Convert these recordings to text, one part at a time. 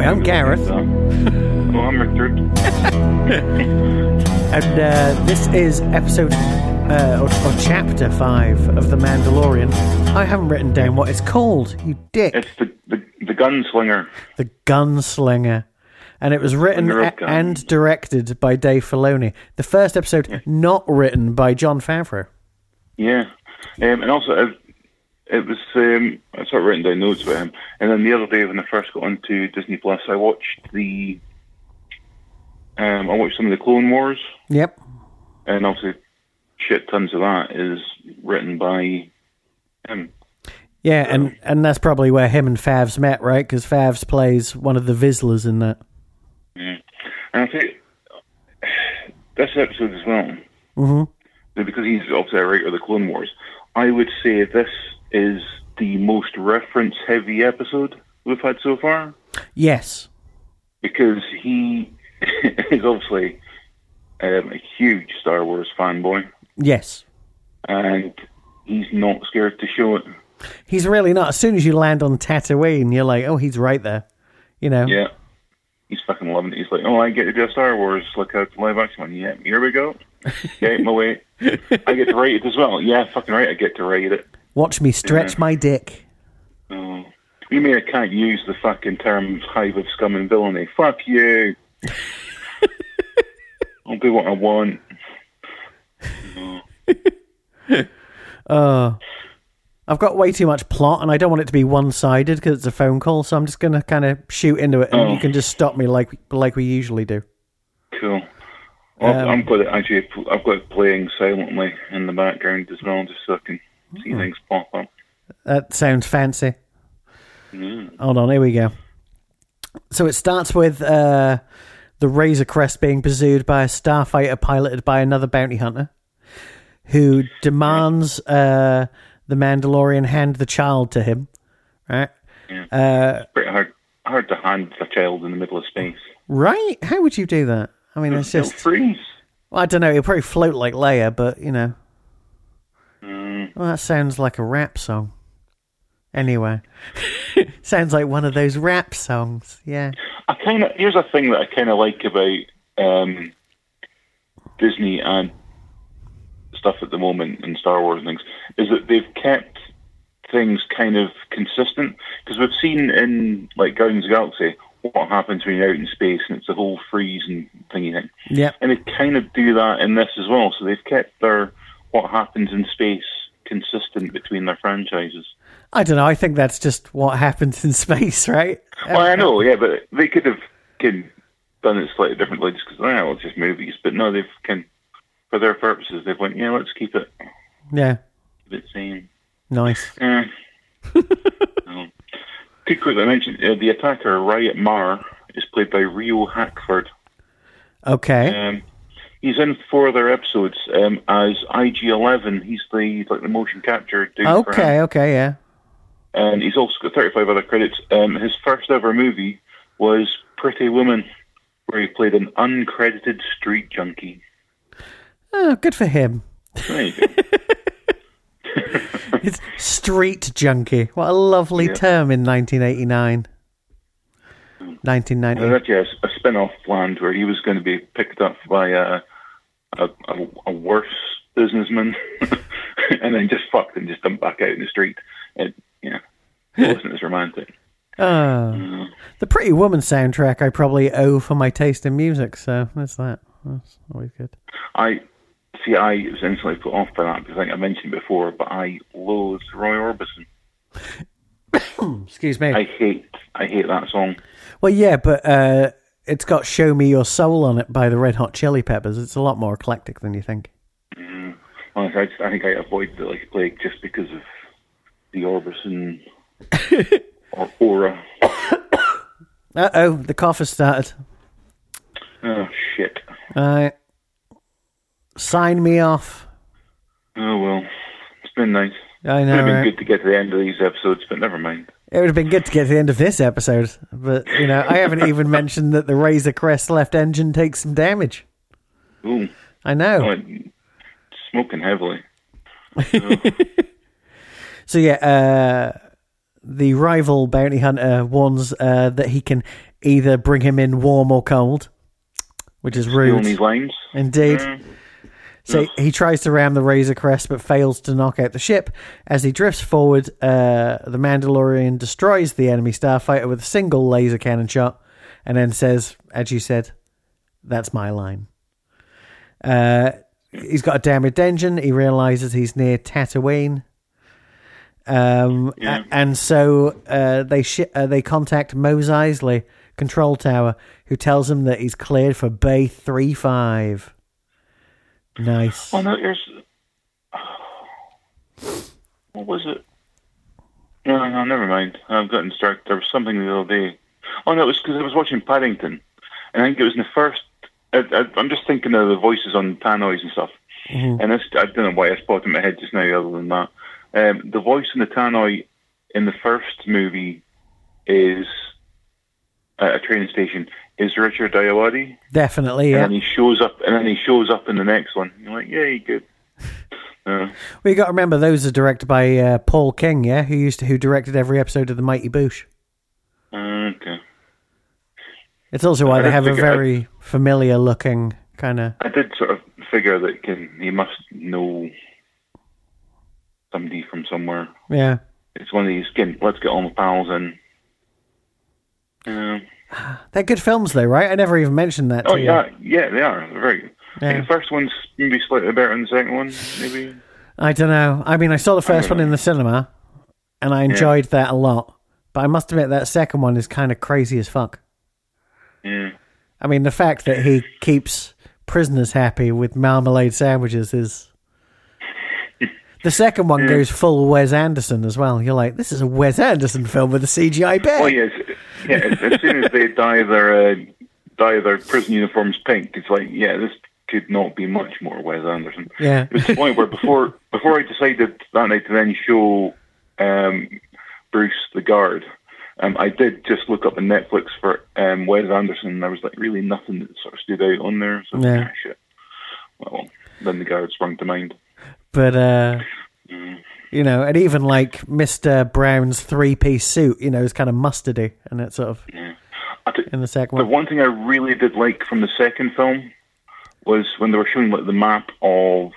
I'm Gareth. Well, I'm Richard. And uh, this is episode uh, or, or chapter five of The Mandalorian. I haven't written down what it's called, you dick. It's the, the, the gunslinger. the Gunslinger. And it was written Slinger of a- Guns. and directed by Dave Filoni. The first episode not written by John Favreau. Yeah. Um, and also, it, it was, um, I started writing down notes about him. And then the other day, when I first got onto Disney Plus, I watched the, um, I watched some of the Clone Wars. Yep. And obviously, shit tons of that is written by him. Yeah, and, and that's probably where him and Favs met, right? Because Favs plays one of the Vizslas in that. And I think this episode as well, mm-hmm. because he's obviously a writer of the Clone Wars, I would say this is the most reference heavy episode we've had so far Yes. because he is obviously um, a huge Star Wars fanboy Yes. and he's not scared to show it. He's really not. As soon as you land on Tatooine, you're like, oh, he's right there. You know? Yeah. He's fucking loving it. He's like, oh, I get to do a Star Wars like a live action one. Yeah, here we go. Get my way. I get to write it as well. Yeah, fucking right. I get to write it. Watch me stretch my dick. Oh. You mean I can't use the fucking terms hive of scum and villainy? Fuck you. I'll do what I want. I've got way too much plot, and I don't want it to be one-sided because it's a phone call. So I'm just going to kind of shoot into it, and you can just stop me like like we usually do. Cool. Well, I'm glad it actually. I've got it playing silently in the background as well, just so I can see things pop up. That sounds fancy. Hold on, here we go. So it starts with uh, the Razor Crest being pursued by a starfighter piloted by another bounty hunter, who demands uh, the Mandalorian hand the child to him. Right? It's pretty hard, hard to hand a child in the middle of space. Right? How would you do that? I mean, it's They'll just. freeze. Well, I don't know. He'll probably float like Leia, but you know. Well, that sounds like a rap song. Anyway, sounds like one of those rap songs. Yeah. I kind of here's a thing that I kind of like about um, Disney and stuff at the moment and Star Wars and things is that they've kept things kind of consistent because we've seen in like Guardians of the Galaxy what happens when you're out in space and it's a whole freeze and thingy thing. Yep. And they kind of do that in this as well. So they've kept their what happens in space consistent between their franchises. I don't know. I think that's just what happens in space, right? Well, I know, yeah, but they could have can done it slightly differently just because, well, it's just movies. But no, they've can for their purposes, they've went, yeah, let's keep it Yeah. keep it same. Nice. Eh. Um, No. Could quickly mention uh, the attacker Riot Mar is played by Rio Hackford. Okay. Um, he's in four other episodes um, as IG Eleven. He's the like the motion capture dude. for him. Okay. Okay. Yeah. and he's also got 35 other credits. Um, his first ever movie was Pretty Woman, where he played an uncredited street junkie. Oh, good for him. There you go. It's street junkie. What a lovely Yeah. term in 1989. 1990. There's actually a, a spin-off planned where he was going to be picked up by a a, a, a worse businessman, and then just fucked and just dumped back out in the street. It, yeah, it wasn't as romantic. Oh. Mm. The Pretty Woman soundtrack I probably owe for my taste in music, so that's that. That's always good. I see. I was instantly put off by that because I think I mentioned before, but I loathed Roy Orbison. Excuse me. I hate. I hate that song. Well, yeah, but uh, it's got Show Me Your Soul on it by the Red Hot Chili Peppers. It's a lot more eclectic than you think. Honestly, I, just, I think I avoid the like plague just because of the Orbison or aura. Uh oh, the cough has started. Oh shit! Uh, sign me off. Oh well, it's been nice. I It would know. have been right? good to get to the end of these episodes, but never mind. It would have been good to get to the end of this episode, but, you know, I haven't even mentioned that the Razor Crest left engine takes some damage. Ooh, I know. oh, I'm smoking heavily. So yeah, uh, the rival bounty hunter warns uh, that he can either bring him in warm or cold, which is Stealing these rude. lines. Indeed. Mm. So he tries to ram the Razor Crest but fails to knock out the ship. As he drifts forward, uh, the Mandalorian destroys the enemy starfighter with a single laser cannon shot and then says, as you said, that's my line. Uh, he's got a damaged engine. He realizes he's near Tatooine. Um, a- Yeah. and so uh, they shi uh, they contact Mose Eisley, control tower, who tells him that he's cleared for Bay 35. Nice. Oh no, there's. What was it? No, no, never mind. I've gotten started. There was something the other day. Oh no, it was because I was watching Paddington, and I think it was in the first. I, I, I'm just thinking of the voices on Tanois and stuff, and this, I don't know why it's popped in my head just now. Other than that, um, the voice in the Tannoy in the first movie is at a train station is Richard Diawadi. Definitely, And yeah. then he shows up, and then he shows up in the next one. You're like, yay, good. Uh, We got to remember those are directed by uh, Paul King, yeah, who used to, who directed every episode of The Mighty Boosh. okay. It's also why they I don't have a think I- very familiar looking kind of. I did sort of figure that can, he must know somebody from somewhere. Yeah. It's one of these, again, let's get all my pals in. Um, They're good films, though, right? I never even mentioned that to oh, you. yeah, yeah, they are. They're very good. I Yeah. think the first one's maybe slightly better than the second one, maybe. I don't know. I mean, I saw the first one in the cinema, and I enjoyed that a lot. But I must admit that second one is kind of crazy as fuck. Yeah. I mean, the fact that he keeps prisoners happy with marmalade sandwiches is. The second one goes full Wes Anderson as well. You're like, this is a Wes Anderson film with a CGI bear. Oh, yes. Yeah, as soon as they dye their, uh, dye their prison uniforms pink, it's like, yeah, this could not be much more Wes Anderson. yeah. It was the point where before before I decided that night to then show um, Bruce the guard, um, I did just look up on Netflix for um, Wes Anderson, and there was like really nothing that sort of stood out on there. So Yeah. ah, shit. Well, then the guard sprung to mind. but uh you know and even like mr brown's three-piece suit you know is kind of mustardy and it's sort of I t- in the second the one one thing I really did like from the second film was when they were showing like the map of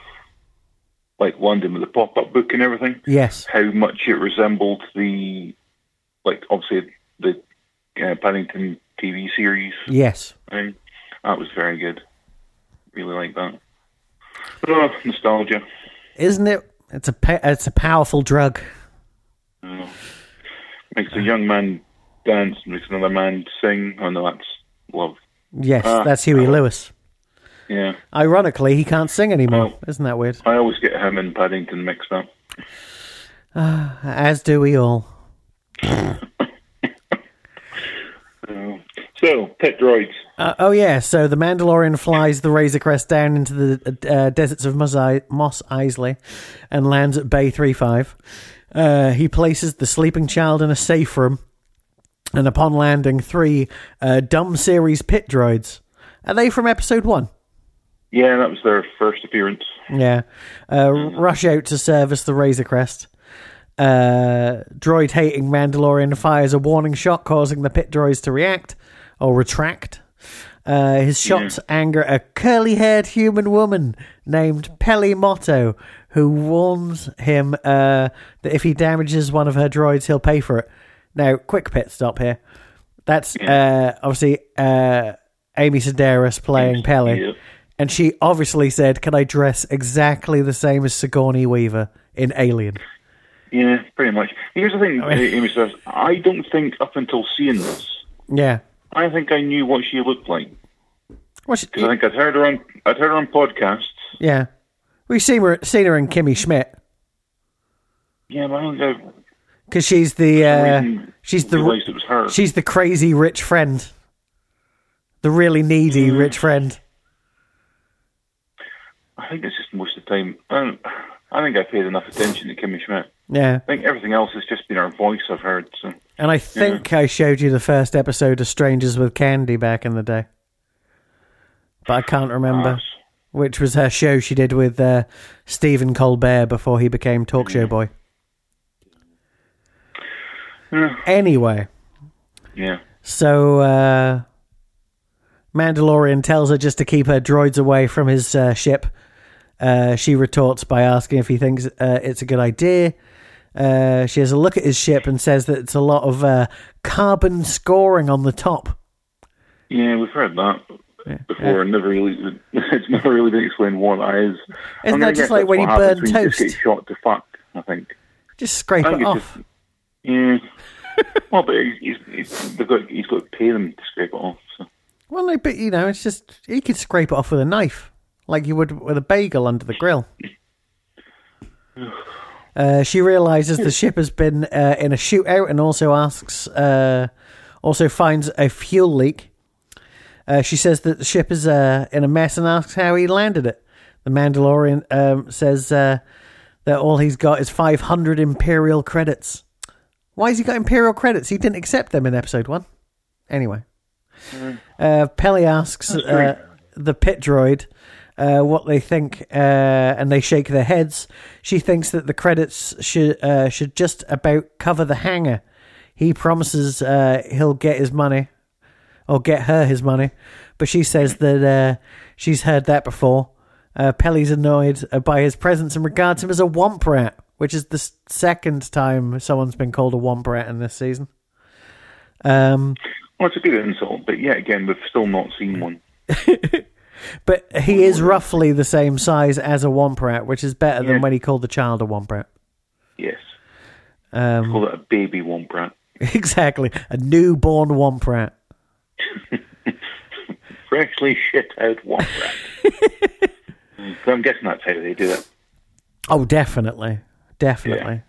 like London with the pop-up book and everything. yes how much it resembled the, like obviously the uh, Paddington TV series. yes Thing. That was very good. Really like that. Oh, nostalgia. isn't it it's a pa- it's a powerful drug Oh. Makes a young man dance, makes another man sing. Oh no, that's love. yes Ah. that's huey lewis Yeah, ironically he can't sing anymore isn't that weird I always get him and Paddington mixed up. as do we all Oh. So, pet droids. uh, oh yeah so the mandalorian flies the razor crest down into the uh, deserts of Mos, I- Mos Eisley and lands at bay 35 uh, he places the sleeping child in a safe room and upon landing, three uh, dumb series pit droids. Are they from episode one? Yeah, that was their first appearance. Yeah. Uh, rush out to service the Razor Crest. Uh, droid hating Mandalorian fires a warning shot, causing the pit droids to react or retract. Uh, his shots anger a curly haired human woman named Peli Motto, who warns him uh, that if he damages one of her droids, he'll pay for it. Now, quick pit stop here. That's uh, obviously uh, Amy Sedaris playing Peli. Yeah. And she obviously said, Can I dress exactly the same as Sigourney Weaver in Alien? Yeah, pretty much. Here's the thing, Amy says. I don't think up until seeing this, Yeah. I think I knew what she looked like Well, she, because I think I'd heard her on I'd heard her on podcasts. yeah. We've seen her, seen her in Kimmy Schmidt Yeah, but I don't know. because she's the uh, reason, she's the realized it was her. she's the crazy rich friend, the really needy rich friend. I think it's just most of the time. I, don't, I think I paid enough attention to Kimmy Schmidt. Yeah, I think everything else has just been her voice I've heard. So and I think I showed you the first episode of Strangers with Candy back in the day, but I can't remember Ah. which was her show she did with uh, Stephen Colbert before he became talk show boy. Anyway, Yeah. so uh, Mandalorian tells her just to keep her droids away from his uh, ship. Uh, she retorts by asking if he thinks uh, it's a good idea. Uh, she has a look at his ship and says that it's a lot of uh, carbon scoring on the top. Yeah, we've heard that before, and never really, it's never really been explained what that is. Isn't I'm that gonna just guess like that's when what you burn happens when You just toast? get shot to fuck, I think. Just scrape I it think it's off. just, yeah. well, but he's, he's, they've got, he's got to pay them to scrape it off. So. Well, no, but you know, it's just you could scrape it off with a knife, like you would with a bagel under the grill. Uh, she realizes the ship has been uh, in a shootout and also asks, uh, also finds a fuel leak. Uh, she says that the ship is uh, in a mess and asks how he landed it. The Mandalorian um, says uh, that all he's got is 500 Imperial credits. Why has he got Imperial credits? He didn't accept them in episode one. Anyway. Uh, Pelly asks uh, the pit droid uh, what they think, uh, and they shake their heads. She thinks that the credits should uh, should just about cover the hangar. He promises uh, he'll get his money, or get her his money, but she says that uh, she's heard that before. Uh, Pelly's annoyed uh, by his presence and regards him as a womp rat, which is the s- second time someone's been called a womp rat in this season. Um, Well, it's a good insult, but yet again, we've still not seen one. But he is roughly the same size as a womp rat, which is better than Yeah. when he called the child a womp rat. Yes. Um, Call it a baby womp rat. exactly. A newborn womp rat. Freshly shit out womp rat. so I'm guessing that's how they do it. Oh, definitely. Definitely.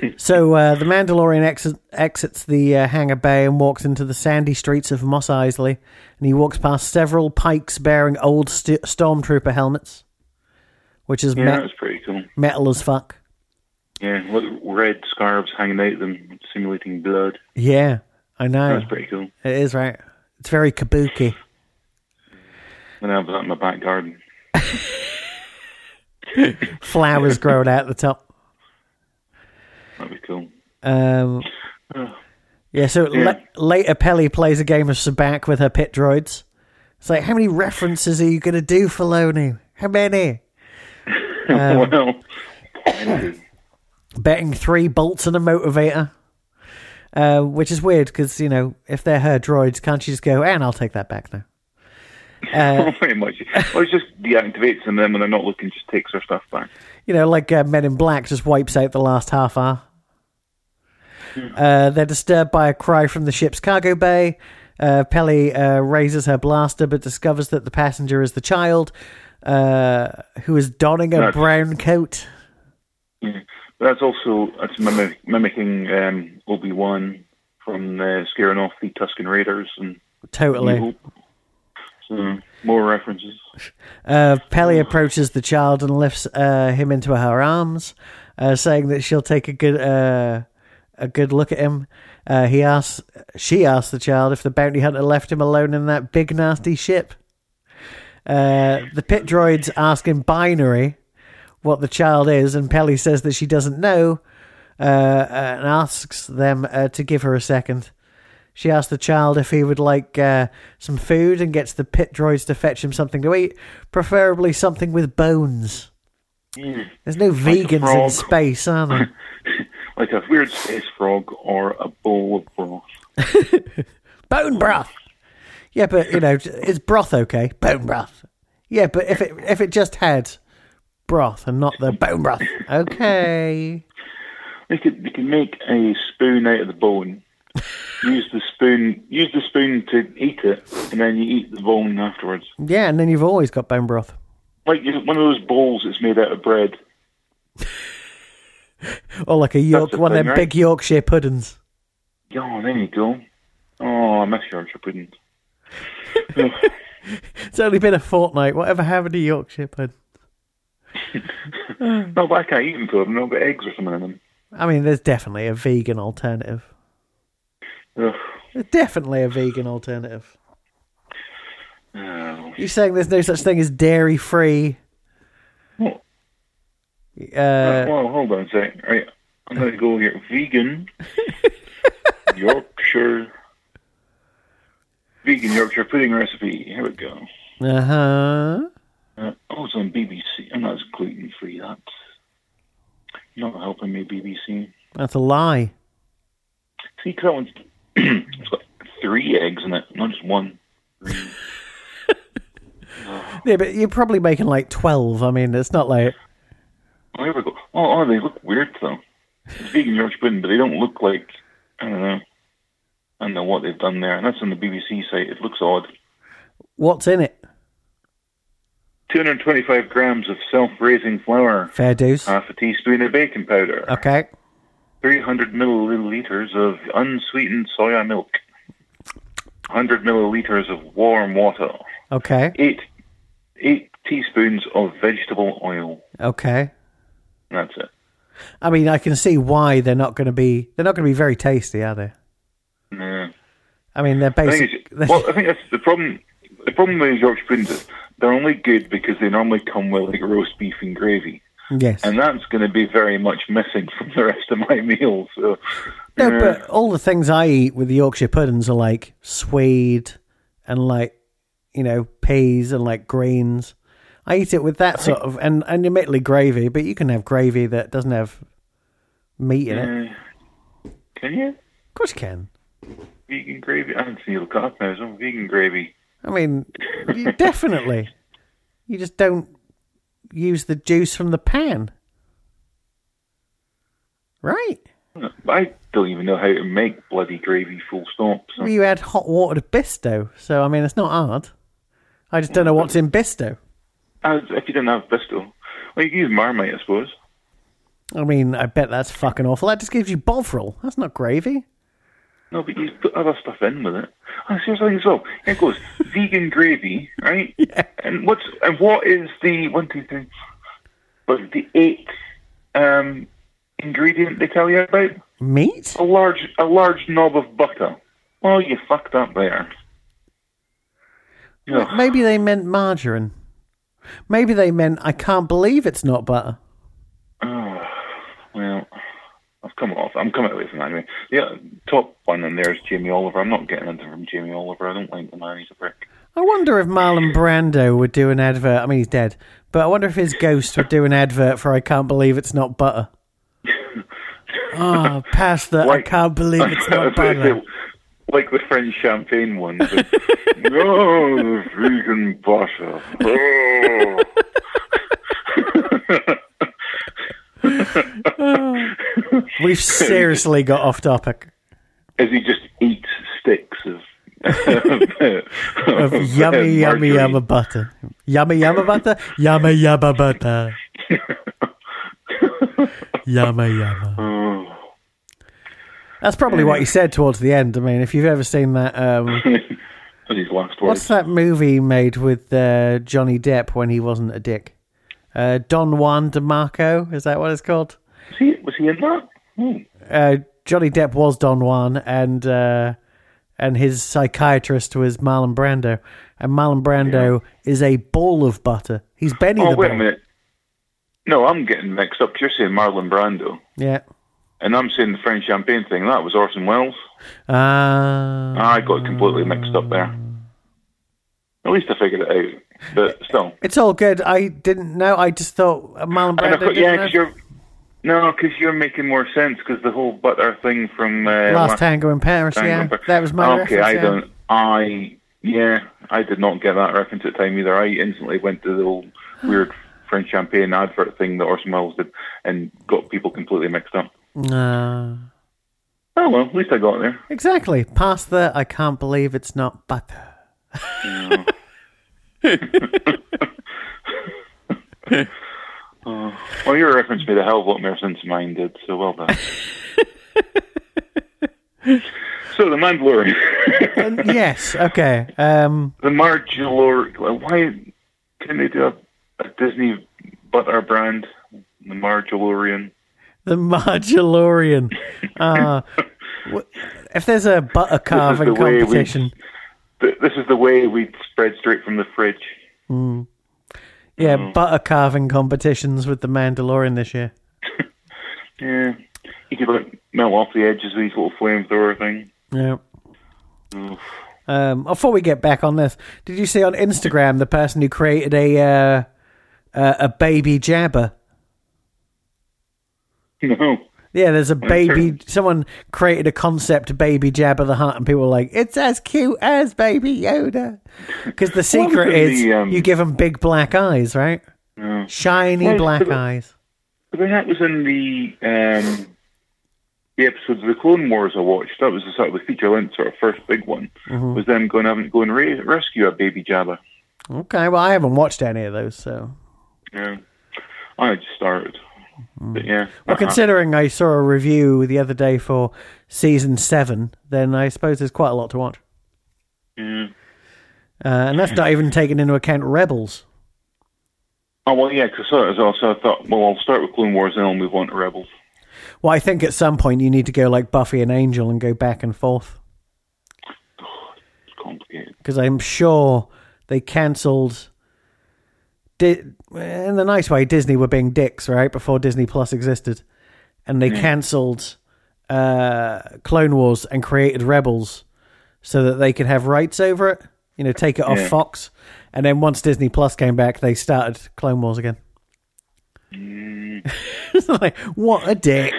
so uh, the Mandalorian exi- exits the uh, hangar bay and walks into the sandy streets of Moss Isley, and he walks past several pikes bearing old st- stormtrooper helmets, which is Yeah, me- that was pretty cool. metal as fuck. Yeah, with red scarves hanging out them, simulating blood. Yeah, I know. That's pretty cool. It is right. It's very kabuki. And I have that in my back garden. Flowers growing out the top. That'd be cool. Um, yeah, so Yeah. La- later Pelly plays a game of Sabak with her pit droids. It's like, how many references are you going to do, Filoni? How many? well, plenty. Betting three bolts and a motivator. Uh, which is weird because, you know, if they're her droids, can't she just go, and I'll take that back now? pretty much. Well, it's just deactivates them, and then when they're not looking, just takes their stuff back. You know, like uh, Men in Black just wipes out the last half hour. Uh, they're disturbed by a cry from the ship's cargo bay. Uh, Pelly uh, raises her blaster but discovers that the passenger is the child uh, who is donning a That's- brown coat. Yeah. But that's also that's mimic, mimicking um, Obi Wan from uh, scaring off the Tuscan Raiders and Totally. New Hope. So more references. Uh, Pelly approaches the child and lifts uh, him into her arms, uh, saying that she'll take a good uh, a good look at him. Uh, he asks, she asks the child if the bounty hunter left him alone in that big nasty ship. Uh, the pit droids ask in binary what the child is, and Pelly says that she doesn't know, uh, and asks them uh, to give her a second. She asks the child if he would like uh, some food and gets the pit droids to fetch him something to eat, preferably something with bones. There's no vegans in frog. space, are there? Like a weird space frog or a bowl of broth. Bone broth. Yeah, but you know, is broth okay? Bone broth. Yeah, but if it if it just had broth and not the bone broth, okay. They could they could make a spoon out of the bone. use the spoon use the spoon to eat it and then you eat the bone afterwards. Yeah, and then you've always got bone broth. Like you know, one of those bowls that's made out of bread. Or like a York, the one of thing, them right? big Yorkshire puddings. Oh, there you go. Oh, I miss Yorkshire pudding. It's only been a fortnight. Whatever happened to Yorkshire pudding? No, but I can't eat them for them. I've got eggs or something in them. I mean, there's definitely a vegan alternative. Ugh. There's definitely a vegan alternative. Oh. You're saying there's no such thing as dairy free? Well, Uh, Eh. oh, well, hold on a sec. Right, I'm going to go here. Vegan Yorkshire vegan Yorkshire pudding recipe. Here we go. Uh huh. Uh, oh, it's on BBC, and that's gluten free. That's not helping me, BBC. That's a lie. See, 'cause that one's it's got three eggs in it, not just one. Yeah, but you're probably making like 12. I mean, it's not like. Oh, here we go. Oh, oh, they look weird though. It's vegan Yorkshire pudding, but they don't look like uh, I don't know. I don't know what they've done there, and that's on the BBC site. It looks odd. What's in it? 225 grams of self-raising flour, Fair dues. half a teaspoon of baking powder, Okay. 300 milliliters of unsweetened soya milk, 100 milliliters of warm water, Okay. eight eight teaspoons of vegetable oil. Okay. And That's it. I mean, I can see why they're not going to be. They're not going to be very tasty, are they? Yeah. I mean, they're I think basic. it's, well, I think that's the problem. The problem with Yorkshire puddings is they're only good because they normally come with like roast beef and gravy, yes. and that's going to be very much missing from the rest of my meals. So, No, yeah. but all the things I eat with the Yorkshire puddings are like swede and like you know peas and like greens. I eat it with that sort of and and admittedly gravy, but you can have gravy that doesn't have meat in it. can you Of course you can. vegan gravy? I haven't seen you look up now. Some vegan gravy. I mean, you definitely. You just don't use the juice from the pan, right? I don't even know how to make bloody gravy. Full stop. So. Well, you add hot water to Bisto, so I mean it's not hard. I just don't know what's in Bisto. As if you didn't have Bristol, well, you can use Marmite, I suppose. I mean, I bet that's fucking awful. That just gives you bovril. That's not gravy. No, but you put other stuff in with it. Oh, seriously, as well. Here it goes vegan gravy, right? And what's and what is the one, two, three? But the eighth um, ingredient they tell you about Meat? a large a large knob of butter. Well, you fucked up there. No, Maybe they meant margarine. Maybe they meant I can't believe it's not butter. Oh, well, I've come off. I'm coming away from that anyway. Yeah, top one in there is Jamie Oliver. I'm not getting anything from Jamie Oliver. I don't like the man. He's a prick. I wonder if Marlon Brando would do an advert. I mean, he's dead, but I wonder if his ghost would do an advert for I can't believe it's not butter. Oh, past that, I Like- can't believe it's I not was gonna butter. say, like the French champagne ones. no, the vegan butter. Oh. We've seriously got off topic As he just eats sticks of, of yummy, yummy, margarine. yummy butter. Yummy, yummy butter? Yummy, yummy butter. Yummy, yummy. Oh. That's probably what he said towards the end. I mean, if you've ever seen that, um, That's his last what's words. that movie made with uh, Johnny Depp when he wasn't a dick? Uh, Don Juan DeMarco, is that what it's called? Was he, was he in that? Hmm. Uh, Johnny Depp was Don Juan, and uh, and his psychiatrist was Marlon Brando, and Marlon Brando is a ball of butter. He's Benny Oh, the wait a Ball. minute. No, I'm getting mixed up. You're saying Marlon Brando. Yeah. And I'm saying the French champagne thing. That was Orson Welles. Uh, I got completely mixed up there. At least I figured it out. But still. it's all good. I didn't know. I just thought Marlon And I Brando. thought, didn't yeah, have- because you're no, because you're making more sense because the whole butter thing from uh, Last Tango in Paris, yeah. That was my okay. reference, I yeah. don't. I yeah, I did not get that reference at the time either. I instantly went to the old weird French champagne advert thing that Orson Welles did and got people completely mixed up. No. Oh well, at least I got there. Uh, Exactly. Past the I can't believe it's not butter. Well, your reference made a hell of a lot more sense than mine did, so well done. so the Mandalorian, And yes, okay. Um the Margalor. Why can they do a, a Disney butter brand? The Margalorian. the Margellorian. Uh, w- if there's a butter carving the way we- competition, Th- This is the way we spread straight from the fridge. yeah, Oh. butter carving competitions with the Mandalorian this year. Yeah, you could like melt off the edges of these little flamethrower thing. Yeah. Um, before we get back on this, did you see on Instagram the person who created a uh, uh, a baby jabber? No. Yeah, there's a baby. Someone created a concept baby Jabba the Hutt, and people were like, "It's as cute as Baby Yoda," because the secret was it, is the, um, you give them big black eyes, right? No. Shiny Well, black but- eyes. But then that was in the um, the episodes of the Clone Wars I watched. That was the sort of the feature length sort of first big one. Was them going having to go and re- rescue a baby Jabba. Okay, well, I haven't watched any of those, so Yeah. I just started. But yeah. Well, considering I saw a review the other day for season seven, then I suppose there's quite a lot to watch. Yeah. Uh, and that's not even taking into account Rebels. Oh well, yeah. Because also I thought, well, I'll start with Clone Wars and I'll move on to Rebels. Well, I think at some point you need to go like Buffy and Angel and go back and forth It's complicated. because I'm sure they cancelled. Di- in the nice way, Disney were being dicks, right? Before Disney Plus existed, and they cancelled uh, Clone Wars and created Rebels so that they could have rights over it. You know, take it off Yeah. Fox, and then once Disney Plus came back, they started Clone Wars again. Mm. It's like, what a dick.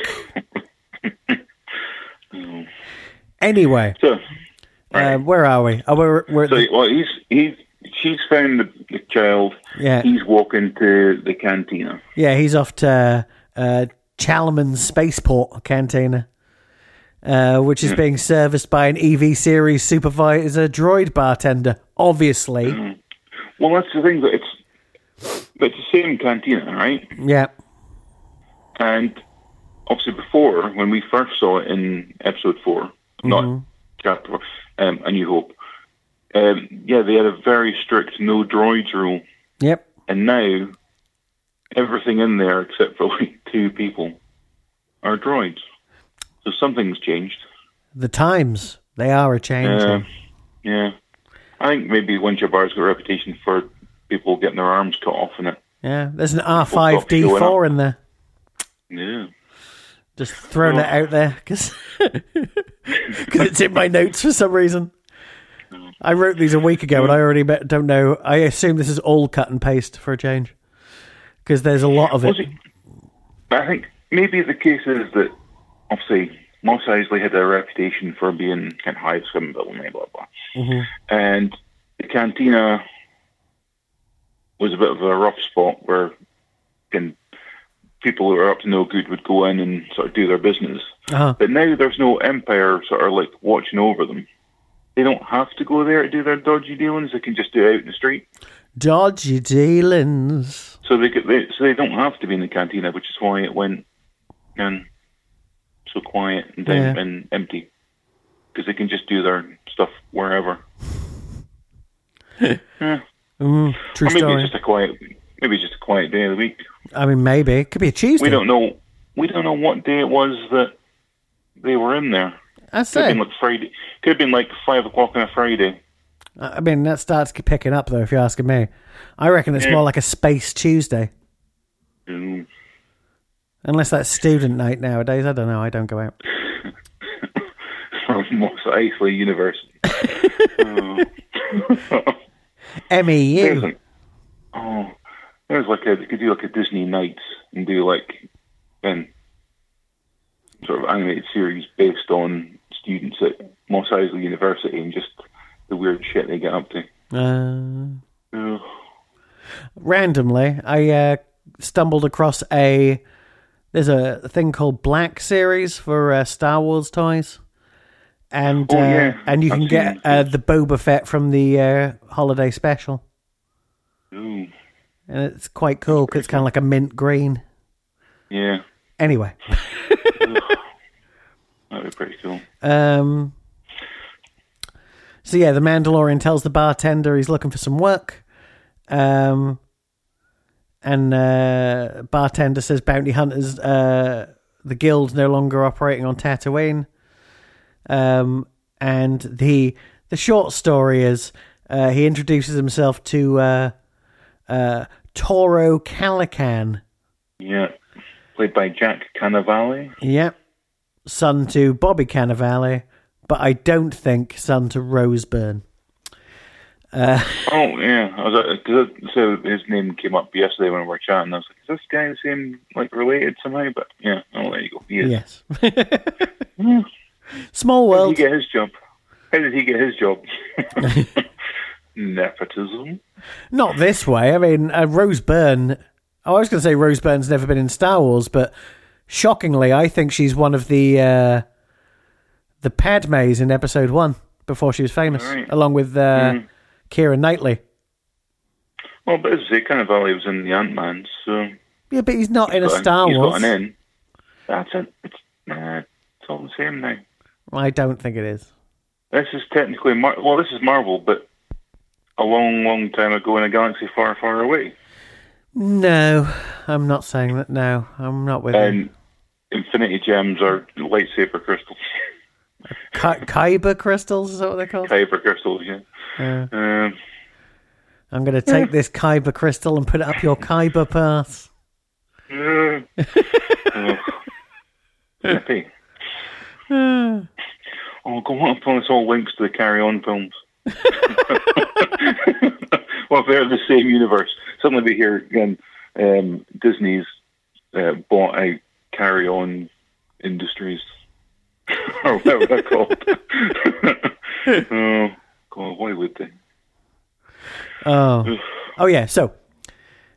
Oh. Anyway, So, uh, where are we? Oh, we're, we're at so the- well, he's he's she's found the, the child. Yeah. He's walking to the cantina. Yeah, he's off to uh, Chalman Spaceport Cantina, uh, which Hmm. is being serviced by an EV series supervisor droid bartender. Obviously, Hmm. Well, that's the thing that it's but it's the same cantina, right? yeah, And obviously, before when we first saw it in episode 4 not chapter four, um, A New Hope. Um, yeah, they had a very strict no droids rule, yep, and now everything in there except for like two people are droids. So something's changed. the times they are a change. Yeah, yeah. I think maybe Winter Bar's got a reputation for people getting their arms cut off in it. yeah, there's an R five D four in there. Yeah. Just throwing it out there because it's in my notes for some reason. I wrote these a week ago, and I already be- don't know. I assume this is all cut and paste for a change because there's a lot of it. Was it? I think maybe the case is that obviously Moss Eisley had a reputation for being kind of high swim blah blah blah, blah. and the cantina was a bit of a rough spot where can people who are up to no good would go in and sort of do their business. Uh-huh. But now there's no empire sort of like watching over them. They don't have to go there to do their dodgy dealings. They can just do it out in the street. Dodgy dealings. So they, could, they so they don't have to be in the cantina, which is why it went and so quiet and, down Yeah. and empty because they can just do their stuff wherever. True Or maybe it's story. just a quiet, maybe it's just a quiet day of the week. I mean, maybe it could be a Tuesday. We don't know. We don't know what day it was that they were in there. I Could have say. been like Friday. Could have been like five o'clock on a Friday. I mean, that starts picking up though. If you're asking me, I reckon it's more like a space Tuesday, Mm. unless that's student night nowadays. I don't know. I don't go out. from Moss Eisley University. There's MEU. an- oh, there's like a they could do like a Disney night and do like an sort of animated series based on students at Moss Eisley University and just the weird shit they get up to. Uh, Oh, randomly, I uh, stumbled across a there's a thing called Black Series for uh, Star Wars toys, and Oh, uh, yeah. and you I've can seen get those, uh, the Boba Fett from the uh, holiday special. oh, and it's quite cool because it's kind of like a mint green. yeah, Anyway, that'd be pretty cool. um, so yeah, the Mandalorian tells the bartender he's looking for some work, um, and uh, bartender says bounty hunters, uh, the guild's no longer operating on Tatooine, um, and the the short story is uh, he introduces himself to uh, uh, Toro Calican. Yeah, played by Jack Cannavale. Yep. son to Bobby Cannavale, but I don't think son to Rose Byrne. Oh yeah, I was because so his name came up yesterday when we were chatting. I was like, "Is this guy the same like related somehow?" But yeah, oh there you go. He is. Yes. Small How did he world. get his job? How did he get his job? Nepotism. Not this way. I mean, uh, Rose Byrne. Oh, I was going to say Rose Byrne's never been in Star Wars, but shockingly, I think she's one of the uh, the Padmes in Episode One before she was famous, Right. Hmm. along with uh, Kira Knightley. Well, but as I say, kind of Valley was in the Ant Man, so Yeah, but he's not in a but Star he's Wars. got an in. That's it. It's, nah, it's all the same now. I don't think it is. This is technically Mar- well, this is Marvel, but a long, long time ago in a galaxy far, far away. No, I'm not saying that. No, I'm not with you. And Infinity Gems are lightsaber crystals, Ki- Kyber crystals is that what they're called? kyber crystals. Yeah. Yeah. Um, I'm going to take this Kyber crystal and put it up your Kyber pass. yeah. oh. Yippee. oh, go on! I promise all links to the Carry On films. well, if they're the same universe, suddenly we hear again um, Disney's uh, bought out Carry On Industries, or whatever they're called. oh, God, why would they? Oh, oh yeah. So,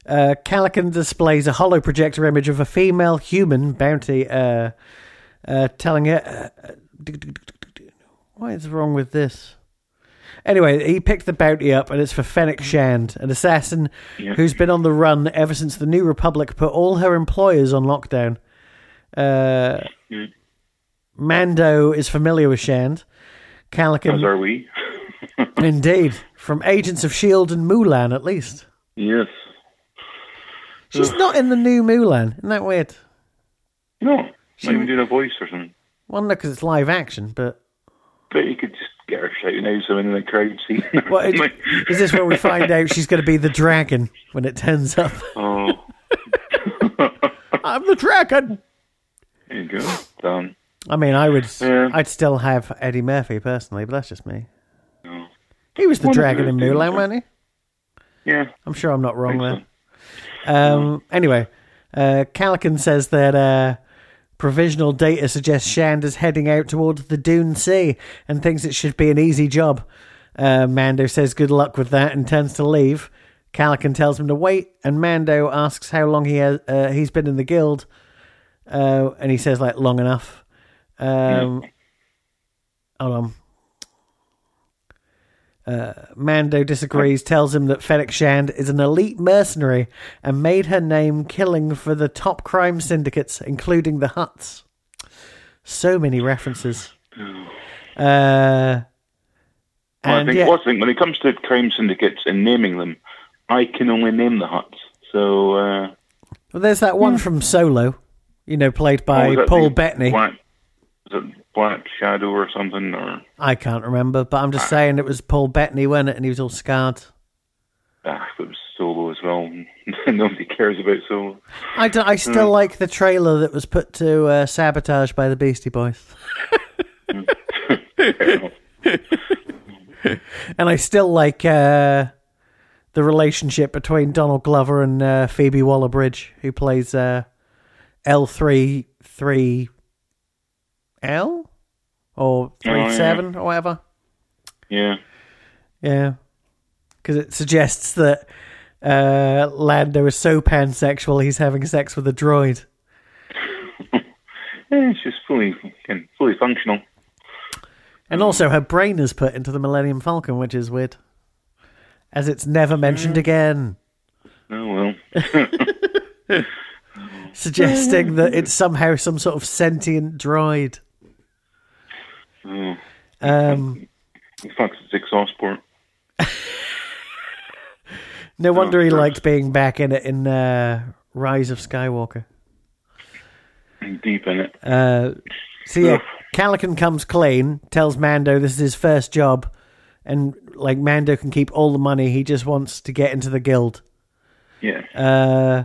uh, Calican displays a hollow projector image of a female human bounty, uh, uh, telling it. Uh, what is wrong with this? Anyway, he picked the bounty up, and it's for Fennec Shand, an assassin Yeah. who's been on the run ever since the New Republic put all her employers on lockdown. Uh, Yeah. Mando is familiar with Shand. As Calican, are we. indeed, from Agents of S.H.I.E.L.D. E and Mulan, at least. yes. She's not in the new Mulan. Isn't that weird? No. Not even doing a voice or something. Well, no, because it's live action, but. But you could just get her shouting out something in the crowd scene. Well, it- is this where we find out she's going to be the dragon when it turns up? oh, I'm the dragon! there you go. Done. I mean, I would. Yeah. I'd still have Eddie Murphy personally, but that's just me. No. He was the One of dragon those in dudes, Mulan, yeah. wasn't he? Yeah. I'm sure I'm not wrong Think there. Um, anyway, uh, Calican says that uh, provisional data suggests Shand is heading out towards the Dune Sea and thinks it should be an easy job. Uh, Mando says good luck with that and turns to leave. Calican tells him to wait, and Mando asks how long he has, uh, he's been in the guild, uh, and he says like long enough. Um, Hold on. Uh, Mando disagrees, tells him that Fennec Shand is an elite mercenary and made her name killing for the top crime syndicates, including the Huts. So many references. Uh, Well, I and think, yeah, well, I think when it comes to crime syndicates and naming them, I can only name the huts. So, uh, well, there's that one from Solo, you know, played what by was oh, that Paul thing? Bettany. Black, was it Black Shadow or something? Or I can't remember, but I'm just saying it was Paul Bettany, wasn't it? And he was all scarred. ah, it was Solo as well. Nobody cares about Solo. I, don't- I still like the trailer that was put to uh, Sabotage by the Beastie Boys. and I still like uh, the relationship between Donald Glover and uh, Phoebe Waller Bridge, who plays uh, L33L or 37 or whatever. Yeah. Yeah. Because it suggests that uh, Lando is so pansexual he's having sex with a droid. yeah it's just fully, fucking- fully functional. And also, her brain is put into the Millennium Falcon, which is weird. As it's never mentioned again, Oh, well. suggesting that it's somehow some sort of sentient droid. Oh. Um, He fucks its exhaust port. no wonder he gross. liked being back in it in uh, Rise of Skywalker. Deep in it. Uh, so yeah, Calican comes clean, tells Mando this is his first job, and like Mando can keep all the money. He just wants to get into the guild. Yeah. Uh,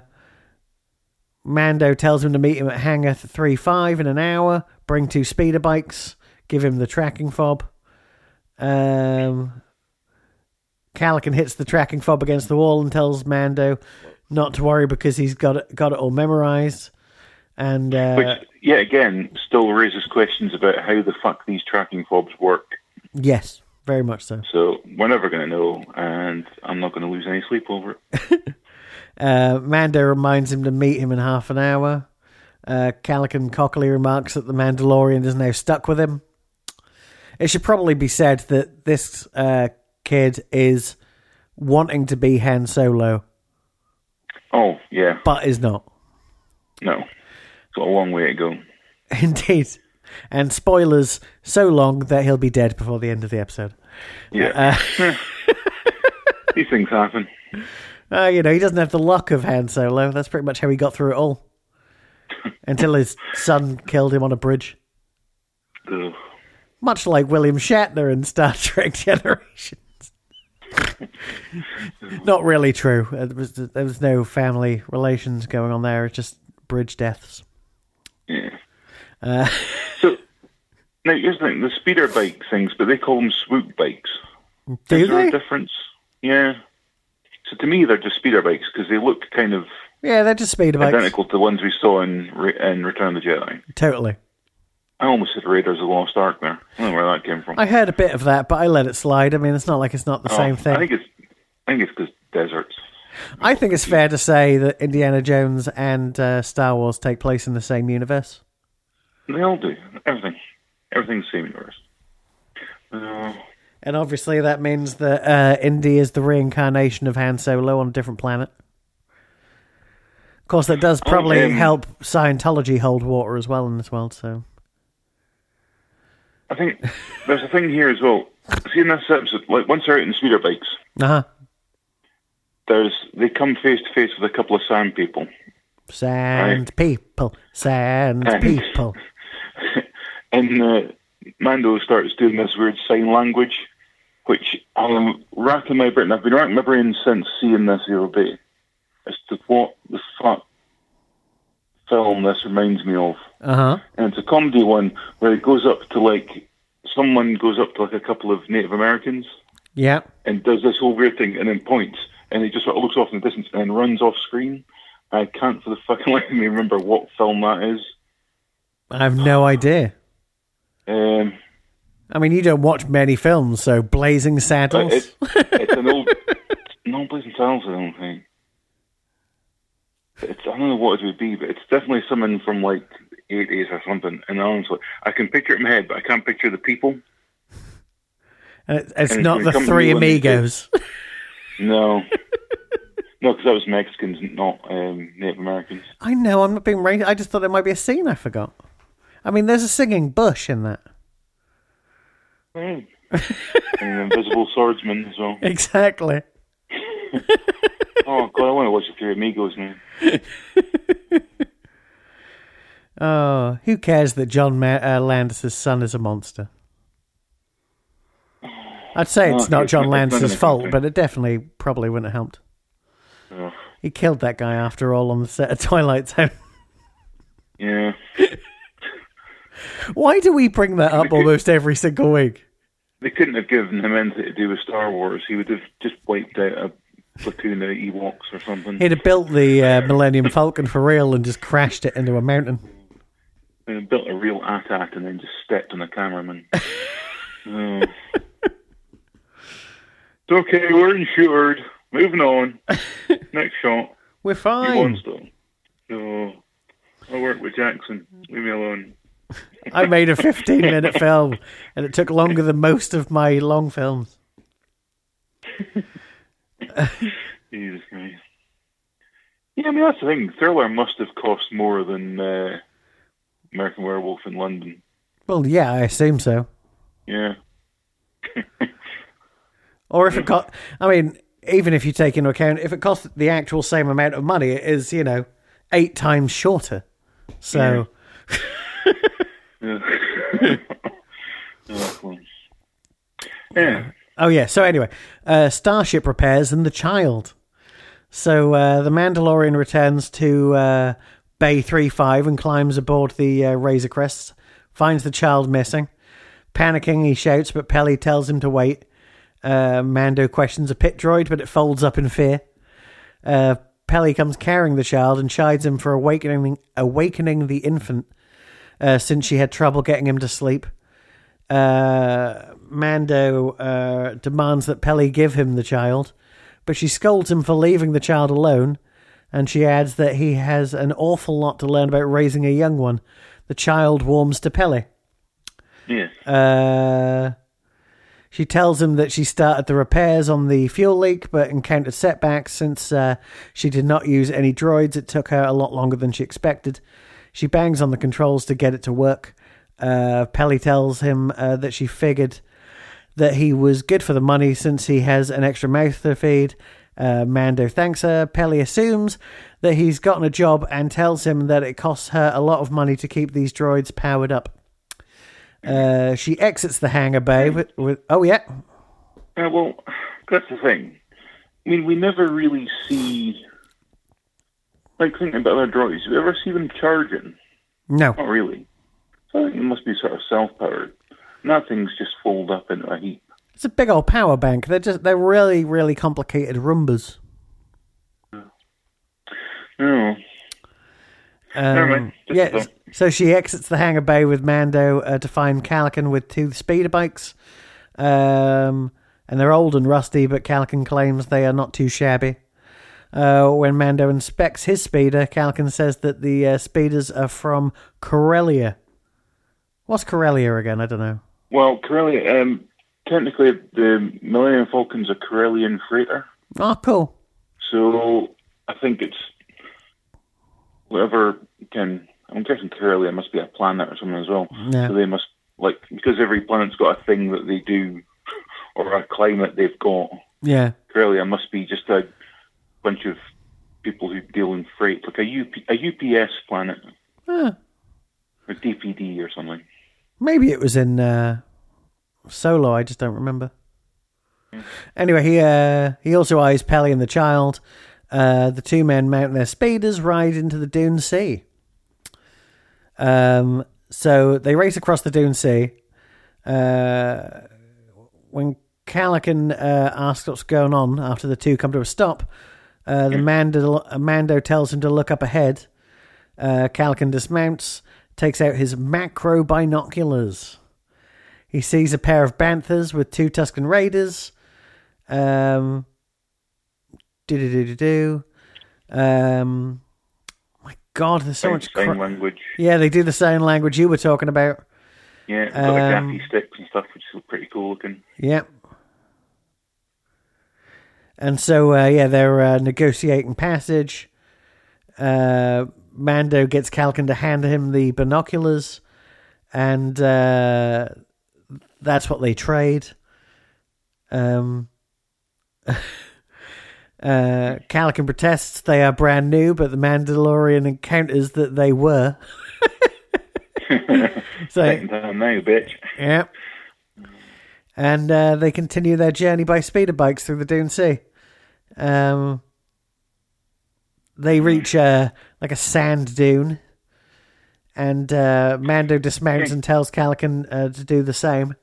Mando tells him to meet him at Hangar 3 5 in an hour. bring two speeder bikes, give him the tracking fob. Um, Calican hits the tracking fob against the wall and tells Mando not to worry because he's got it, got it all memorized. And uh, Which, yet again, still raises questions about how the fuck these tracking fobs work. yes, very much so. So we're never going to know, and I'm not going to lose any sleep over it. Uh, Mando reminds him to meet him in half an hour. Uh, Calican cockily remarks that the Mandalorian is now stuck with him. It should probably be said that this uh, kid is wanting to be Han Solo, Oh, yeah, but is not. no. It's got a long way to go. Indeed. And spoilers so long that he'll be dead before the end of the episode. Yeah. These things happen. Uh, you know, he doesn't have the luck of Han Solo. That's pretty much how he got through it all. Until his son killed him on a bridge. Ugh. Much like William Shatner in Star Trek Generations. Not really true. It was, there was no family relations going on there. It's just bridge deaths. Yeah. Uh, so, now here's the thing: the speeder bike things, but they call them swoop bikes. Do Is there they? a difference? Yeah. So to me, they're just speeder bikes because they look kind of Yeah, they're just speeder bikes. identical to the ones we saw in Re- in Return of the Jedi. Totally. I almost said Raiders of the Lost Ark there. I don't know where that came from. I heard a bit of that, but I let it slide. I mean, it's not like it's not the Oh, same thing. I think it's I think it's because deserts. I think it's fair to say that Indiana Jones and uh, Star Wars take place in the same universe. They all do everything. Everything's the same universe. Uh, And obviously, that means that uh, Indy is the reincarnation of Han Solo on a different planet. Of course, that does probably um, help Scientology hold water as well in this world. So, I think there's a thing here as well. See in this episode, like once they're out in speeder bikes, uh huh. there's they come face to face with a couple of sand people, Sand people, sand Right. people. and uh, Mando starts doing this weird sign language, which I'm racking my brain. I've been racking my brain since seeing this the other day as to what the fuck film this reminds me of. Uh huh. and it's a comedy one where it goes up to like someone goes up to like a couple of Native Americans Yeah. and does this whole weird thing and then points and it just sort of looks off in the distance and then runs off screen. I can't for the fucking life of me remember what film that is. I have no idea. Um, I mean, you don't watch many films, so Blazing but Saddles. it's, it's an old non blazing Saddles, I don't think. It's, I don't know what it would be, but it's definitely something from like eighties or something. And honestly, I can picture it in my head, but I can't picture the people. And it- uh, it's and it's not gonna the come to Three you when you do. Amigos. No. no, because that was Mexicans, not um, Native Americans. I know, I'm not being racist. I just thought there might be a scene I forgot. I mean, there's a singing bush in that. Mm. and Invisible Swordsman as well. Exactly. Oh, God, I want to watch The Three Amigos now. Oh, who cares that John Ma- uh, Landis' son is a monster? I'd say it's No, not it's John not- it's not Landis' gonna fault, happen. but it definitely probably wouldn't have helped. Yeah. He killed that guy after all on the set of Twilight Zone. Yeah. Why do we bring that up almost every single week? They couldn't have given him anything to do with Star Wars. He would have just wiped out a platoon of Ewoks or something. He'd have built the uh, Millennium Falcon for real and just crashed it into a mountain. And built a real AT-AT and then just stepped on a cameraman. oh. It's okay, we're insured. Moving on. Next shot. We're He fine. wants though. No. I work with Jackson. Leave me alone. I made a 15 minute film and it took longer than most of my long films. Jesus Christ. Yeah, I mean that's the thing. Thriller must have cost more than uh, American Werewolf in London. Well, yeah, I assume so. Yeah. Or if it cost, I mean, even if you take into account, if it cost the actual same amount of money, it is, you know, eight times shorter. So, Yeah. Oh, well. yeah. oh yeah. So anyway, uh, Starship repairs and the child. So uh, the Mandalorian returns to uh, Bay 35 and climbs aboard the uh, Razor Crest finds the child missing. Panicking, he shouts, but Pelly tells him to wait. Uh, Mando questions a pit droid, but it folds up in fear. Uh, Pelly comes carrying the child and chides him for awakening awakening the infant, uh, since she had trouble getting him to sleep. Uh, Mando uh, demands that Pelly give him the child, but she scolds him for leaving the child alone, and she adds that he has an awful lot to learn about raising a young one. The child warms to Pelly. Yeah. Uh, she tells him that she started the repairs on the fuel leak, but encountered setbacks since uh, she did not use any droids. It took her a lot longer than she expected. She bangs on the controls to get it to work. Uh, Pelly tells him uh, that she figured that he was good for the money since he has an extra mouth to feed. Uh, Mando thanks her. Pelly assumes that he's gotten a job and tells him that it costs her a lot of money to keep these droids powered up. Uh, she exits the hangar bay Hmm. with, with oh yeah, Uh, well, that's the thing. I mean, we never really see. Like, thinking about other droids, do we ever see them charging? no, Not really. So I think it must be sort of self powered. Nothing's just fold up into a heap. it's a big old power bank. They're just they're really really complicated rumbas. No. Um, mind. Just yeah, don't. so she exits the hangar bay with Mando uh, to find Calican with two speeder bikes. Um, and they're old and rusty, but Calican claims they are not too shabby. Uh, when Mando inspects his speeder, Calican says that the uh, speeders are from Corellia. What's Corellia again? I don't know. Well, Corellia, um, technically, the Millennium Falcon's a Corellian freighter. Oh, cool. So I think it's whoever can. I'm guessing Corellia must be a planet or something as well. Yeah. So they must like because every planet's got a thing that they do or a climate they've got. Yeah. Corellia must be just a bunch of people who deal in freight, like a, UP, a UPS planet Huh. or DPD or something. Maybe it was in uh, Solo. I just don't remember. Anyway, he uh, he also eyes Pelly and the child. Uh, the two men mount their speeders, ride into the Dune Sea. Um, so they race across the Dune Sea. Uh, when Calican uh, asks what's going on after the two come to a stop, uh, the Mando, Mando tells him to look up ahead. Uh, Calican dismounts, takes out his macro binoculars. He sees a pair of Banthas with two Tuscan Raiders. Um, do do do do do. Um, my God, there's so Same- much. same Cr- language. yeah, they do the same language you were talking about. Yeah, it's got like Um, gaffy sticks and stuff, which is pretty cool looking. Yep. And so, uh, yeah, they're uh, negotiating passage. Uh, Mando gets Calcan to hand him the binoculars, and uh, that's what they trade. Um, uh, Calican protests they are brand new, but the Mandalorian encounters that they were. so, Second time now, bitch. Yep. And uh, they continue their journey by speeder bikes through the Dune Sea. Um, they reach uh, like a sand dune, and uh, Mando dismounts and tells Calican uh, to do the same.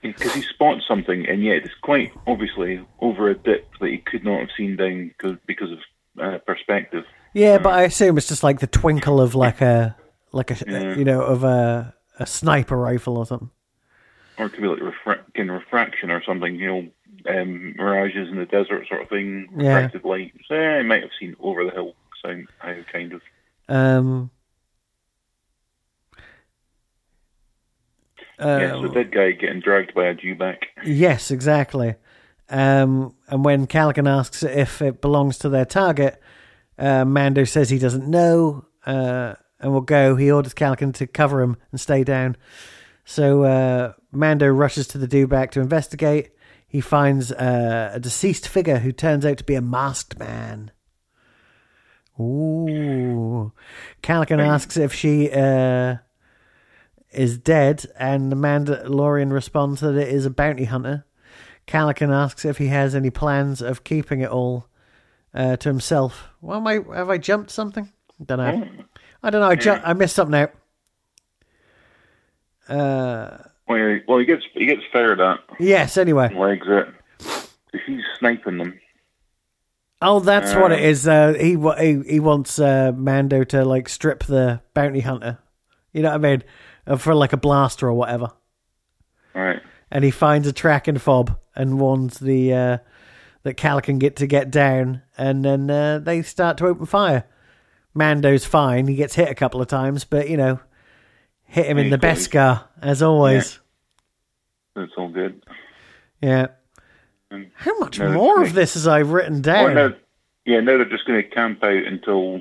Because he spots something, and yet it's quite obviously over a dip that he could not have seen down because, because of uh, perspective. Yeah, but I assume it's just like the twinkle of like a like a you know of a a sniper rifle or something. Or it could be like refra- kind of refraction or something, you know, um, mirages in the desert sort of thing, Yeah. refracted light. So yeah, he might have seen over the hill sound, how kind of. Um, Oh. yeah, so that guy getting dragged by a Dewback. Yes, exactly. Um, and when Calican asks if it belongs to their target, uh, Mando says he doesn't know uh, and will go. He orders Calican to cover him and stay down. So uh, Mando rushes to the dewback to investigate. He finds uh, a deceased figure who turns out to be a masked man. Ooh. Calican asks if she. Uh, is dead, and the Mandalorian responds that it is a bounty hunter. Calican asks if he has any plans of keeping it all uh, to himself. Why am I? Have I jumped something? Don't know. I don't know. I, ju- I missed something out. Well, he, well, he gets he gets fired at, Yes, anyway. legs it. So he's sniping them. Oh, that's what it is. Uh, he, wa- he he wants uh, Mando to like strip the bounty hunter. You know what I mean? Uh, For like a blaster or whatever. All right. and he finds a tracking fob and warns the uh, that Cal can get to get down, and then uh, they start to open fire. Mando's fine; he gets hit a couple of times, but you know, hit him in He the got his- best scar as always. That's all good. Yeah. How much no, more they- of this has I written Well, down? no, yeah, no, they're just going to camp out until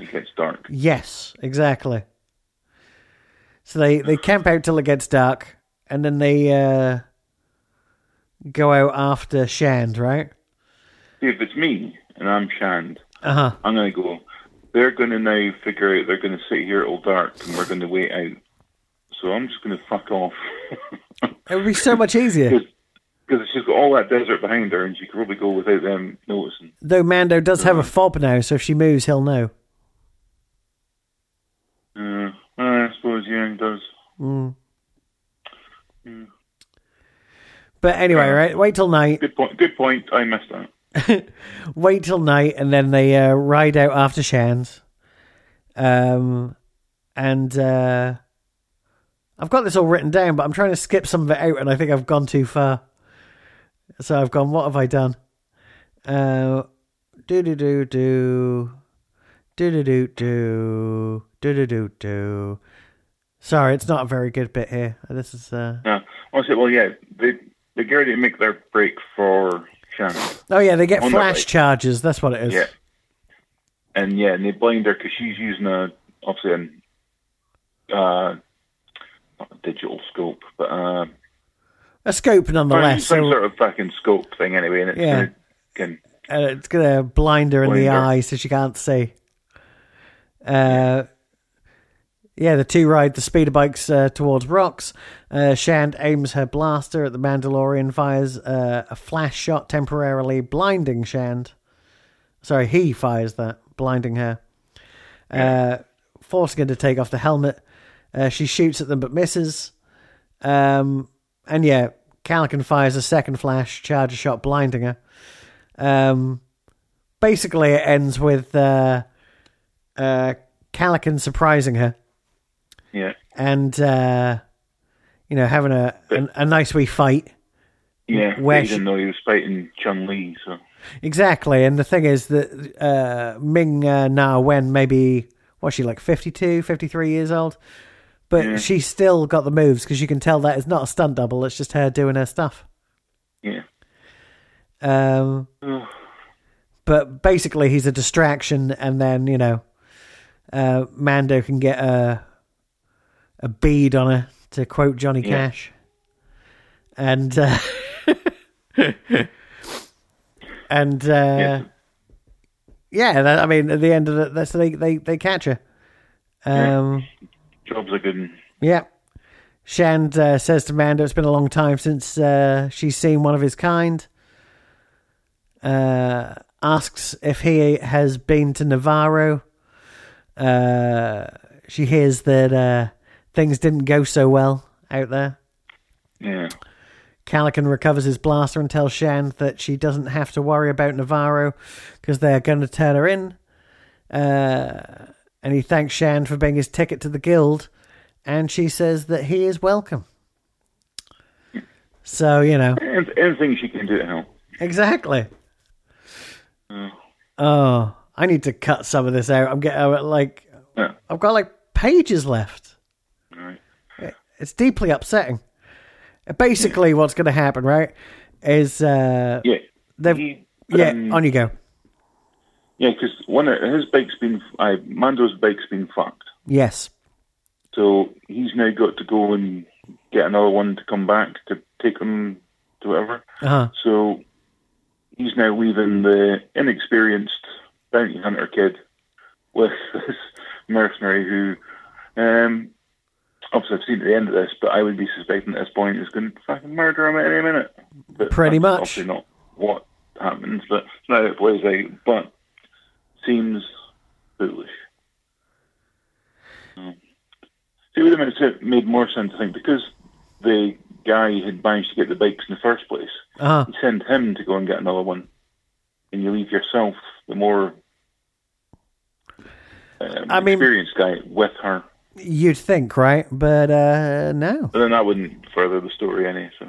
it gets dark. Yes, exactly. So they they camp out till it gets dark, and then they uh, go out after Shand, right? See, if it's me and I'm Shand, Uh huh. I'm going to go. They're going to now figure out they're going to sit here all dark and we're going to wait out. So I'm just going to fuck off It would be so much easier. because she's got all that desert behind her and she could probably go without them noticing. Though Mando does have a fob now, so if she moves, he'll know. Uh, I suppose yeah, it does. But anyway, right? Wait till night. Good point. Good point. I missed that. Wait till night, and then they uh, ride out after Shan's. Um, and uh, I've got this all written down, but I'm trying to skip some of it out, and I think I've gone too far. So I've gone. What have I done? Uh, do do do do, do do do do, do do do do. Sorry, it's not a very good bit here. This is uh. Yeah. Well, I said, well, yeah, they they get ready to make their break for Shannon. Oh yeah, they get On the flash right. charges. That's what it is. Yeah. And yeah, and they blind her because she's using a obviously an uh, not a digital scope, but uh, A scope some, nonetheless. some So sort of fucking scope thing anyway, and it's Yeah. gonna- can uh, it's gonna blind her in Blind the her. eye so she can't see. Uh, yeah, the two ride the speeder bikes uh, towards rocks. Uh, Shand aims her blaster at the Mandalorian, fires uh, a flash shot temporarily blinding Shand. Sorry, he fires that, blinding her, uh, forcing her to take off the helmet. Uh, she shoots at them but misses. Um, and yeah, Calican fires a second flash charger shot, blinding her. Um, basically, it ends with uh, uh, Calican surprising her yeah. and uh, you know having a, an, a nice wee fight. Yeah, Where he didn't know he was fighting Chun Li, so Exactly. And the thing is that uh, Ming uh, Na Wen, maybe, was she like 52, 53 years old? But she's still got the moves because you can tell that it's not a stunt double, it's just her doing her stuff. yeah. Oh, Um, but basically, he's a distraction, and then, you know, uh, Mando can get a, a bead on her, to quote Johnny Cash. And. Uh, and. Uh, yeah, that, I mean, at the end of the, that's they they they catch her. Um, Job's a good one. yeah. Shand uh, says to Mando, "It's been a long time since uh, she's seen one of his kind." Uh, asks if he has been to Navarro. Uh, she hears that uh, things didn't go so well out there. Yeah. Calican recovers his blaster and tells Shand that she doesn't have to worry about Navarro because they're going to turn her in. Uh, and he thanks Shand for being his ticket to the guild, and she says that he is welcome. So you know And anything she can do to help. exactly. Oh, I need to cut some of this out. I'm getting uh, like Yeah. I've got like pages left. All right. It's deeply upsetting. Basically, what's going to happen, right, is uh, Yeah. They've- He- yeah, um, on you go. yeah, because one of his bike's been, I Mando's bike's been fucked. Yes. So he's now got to go and get another one to come back to take him to whatever. Uh-huh. So he's now leaving the inexperienced bounty hunter kid with this mercenary who, um, obviously I've seen at the end of this, but I would be suspecting at this point is going to fucking murder him at any minute. But Pretty that's much. Obviously not what happens, but it's not how it plays out. But seems foolish. Um, See, would have made, made more sense, I think, because the guy had managed to get the bikes in the first place. Ah, You send him to go and get another one, and you leave yourself the more um, I mean- experienced guy with her. you'd think, right? But uh, no. But then that wouldn't further the story any. So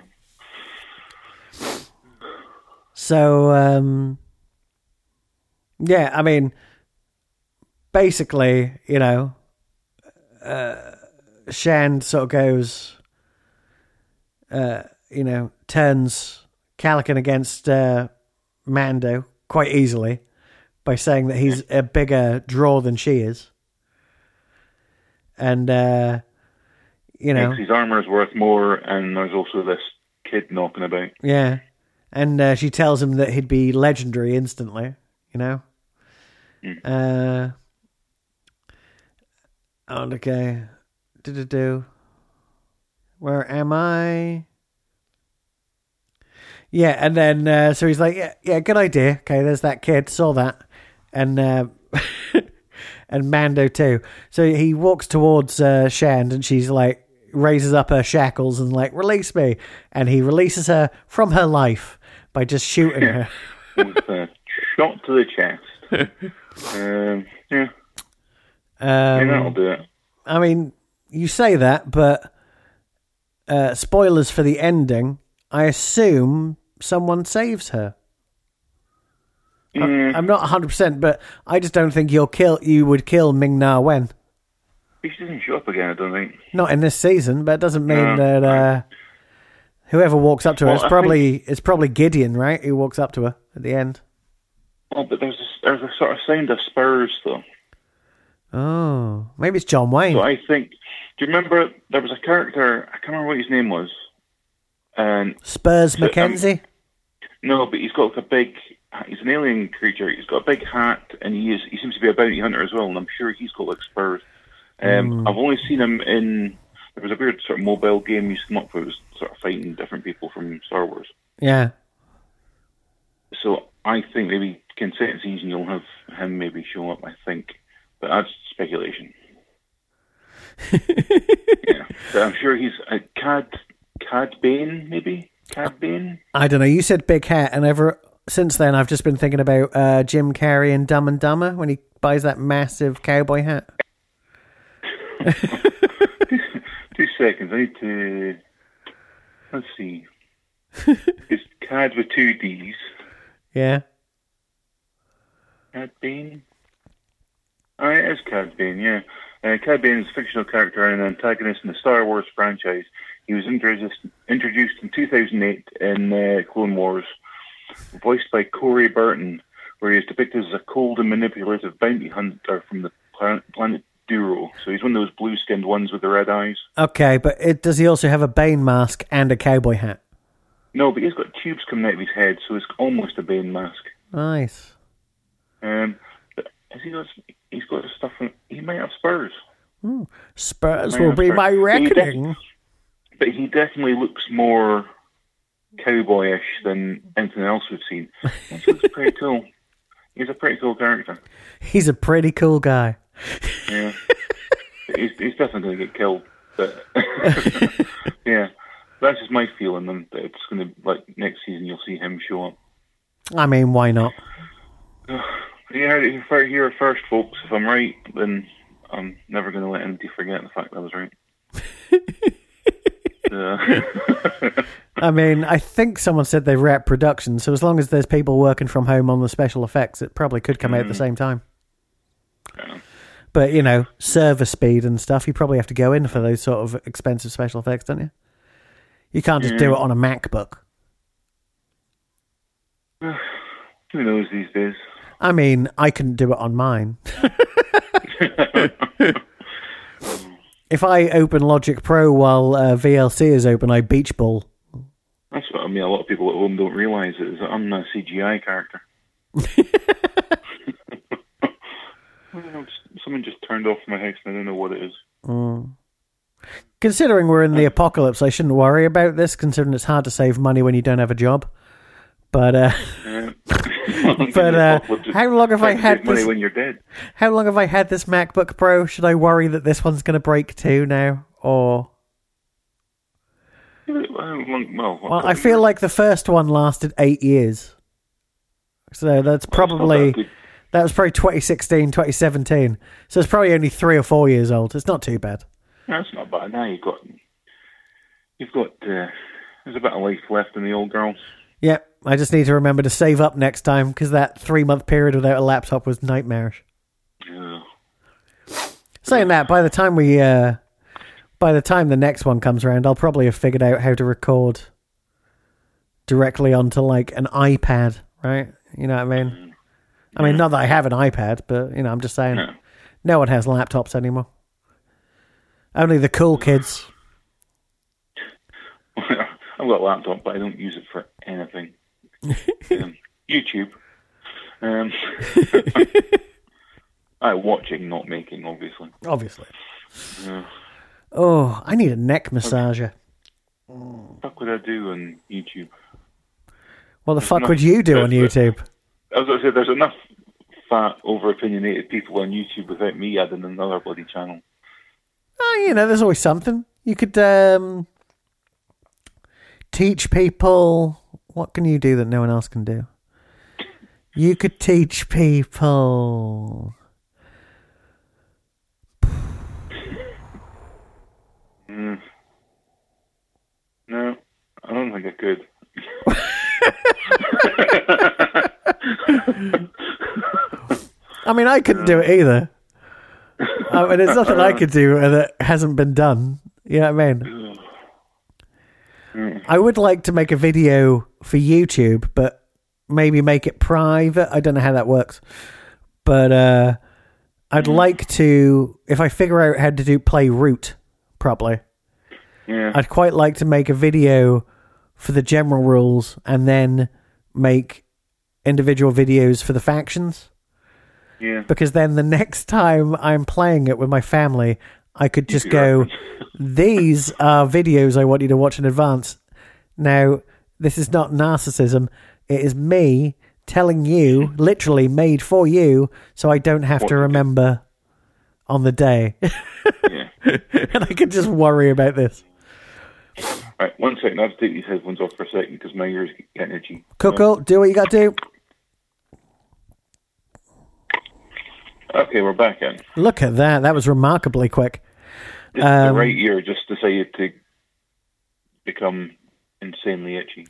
So, um, yeah, I mean, basically, you know, uh, Shand sort of goes, uh, you know, turns Calican against uh, Mando quite easily by saying that he's a bigger draw than she is. And, uh, you know, his armor is worth more, and there's also this kid knocking about. Yeah, and uh, she tells him that he'd be legendary instantly. You know. Uh. Oh, okay. Do do do. Where am I? Yeah, and then uh, so he's like, yeah, yeah, good idea. Okay, there's that kid. Saw that, and uh, and Mando too. So he walks towards uh, Shand, and she's like raises up her shackles and like release me, and he releases her from her life by just shooting her. with a shot to the chest. Um, yeah, I Um, mean, that'll do it. I mean, you say that, but uh, spoilers for the ending. I assume someone saves her. I- Hmm. I'm not 100, percent but I just don't think you'll kill. You would kill Ming Na Wen. He just doesn't show up again. I don't think. Not in this season, but it doesn't mean No, that uh, whoever walks up to her, Well, it's I probably it's probably Gideon, right? Who walks up to her at the end? Oh, but there's a, there's a sort of sound of spurs though. Oh, maybe it's John Wayne. So I think. Do you remember there was a character? I can't remember what his name was. And Spurs um, Mackenzie. no, but he's got like a big. He's an alien creature. He's got a big hat, and he is. He seems to be a bounty hunter as well. And I'm sure he's got like spurs. Um, I've only seen him in. There was a weird sort of mobile game you used to come up with, it was sort of fighting different people from Star Wars. yeah. So I think maybe consent season you'll have him maybe show up. I think, but that's speculation. yeah, but I'm sure he's uh, Cad Cad Bane maybe Cad Bane. I don't know. You said big hat, and ever since then, I've just been thinking about uh, Jim Carrey in Dumb and Dumber when he buys that massive cowboy hat. Two seconds. I need to. Let's see. it's Cad with two D's. Yeah, Cad Bane. Oh, it is Cad Bane, yeah. Uh, Cad Bane is a fictional character and an antagonist in the Star Wars franchise. He was introduced, introduced in 2008 in uh, Clone Wars, voiced by Corey Burton, where he is depicted as a cold and manipulative bounty hunter from the planet, planet Duro. So he's one of those blue skinned ones with the red eyes. okay, but it, does he also have a Bane mask and a cowboy hat? No, but he's got tubes coming out of his head, so it's almost a Bane mask. Nice. Um, but has he got, he's got stuff, on, he might have spurs. Spurs Might will have be spurs. my He def- reckoning. but he definitely looks more cowboyish than anything else we've seen. He looks pretty cool. He's a pretty cool character. He's a pretty cool guy. Yeah, he's, he's definitely going to get killed. But yeah, that's just my feeling. And that it's going to like next season you'll see him show up. I mean, why not? You heard it fir- here first, folks. If I'm right, then I'm never going to let anybody forget the fact that I was right. Yeah. I mean, I think someone said they wrap production, so as long as there's people working from home on the special effects, it probably could come out at the same time. But you know, server speed and stuff, you probably have to go in for those sort of expensive special effects, don't you? You can't just do it on a MacBook. Who knows these days? I mean, I couldn't do it on mine. if I open Logic Pro while uh, VLC is open, I beach ball. That's what I mean. A lot of people at home don't realise it, is that I'm a CGI character. I don't know, just- Someone just turned off my house and I don't know what it is. Considering we're in the apocalypse, I shouldn't worry about this. Considering it's hard to save money when you don't have a job, but uh, Uh, But uh, Well, just how long have I take had money this? when you're dead? How long have I had this MacBook Pro? Should I worry that this one's going to break too now? Or How long- Well, well, I feel like the first one lasted eight years, so that's probably good. that was probably 2016, 2017. So it's probably only three or four years old. It's not too bad. that's not bad. Now you've got you've got uh, there's a bit of life left in the old girl. Yep, I just need to remember to save up next time because that three month period without a laptop was nightmarish. Yeah. Saying that, by the time we, uh, by the time the next one comes around, I'll probably have figured out how to record directly onto like an iPad, right? You know what I mean? I mean, not that I have an iPad, but you know, I'm just saying, Yeah. no one has laptops anymore. Only the cool kids. I've got a laptop, but I don't use it for anything. um, YouTube. Um, I watching, not making, obviously. Obviously. Oh, I need a neck massager. What the fuck would I do on YouTube? What the fuck not- would you do on that's YouTube? As I said, there's enough fat, over opinionated people on YouTube without me adding another bloody channel. Oh, you know, there's always something. You could um, teach people. What can you do that no one else can do? You could teach people. No, I don't think I could. I mean, I couldn't do it either. I mean, there's nothing I could do that hasn't been done. You know what I mean? I would like to make a video for YouTube, but maybe make it private. I don't know how that works. But uh, I'd like to, if I figure out how to do play root properly, Yeah. I'd quite like to make a video for the general rules and then make individual videos for the factions yeah. because then the next time I'm playing it with my family, I could just go, these are videos I want you to watch in advance. Now, this is not narcissism. It is me telling you, literally made for you, so I don't have to remember on the day. yeah. and I can just worry about this. Right, one second. I have to take these headphones off for a second because my ears get energy. Coco, do what you got to do. Okay, we're back in. Look at that. That was remarkably quick. Just the right ear just decided to become insanely itchy.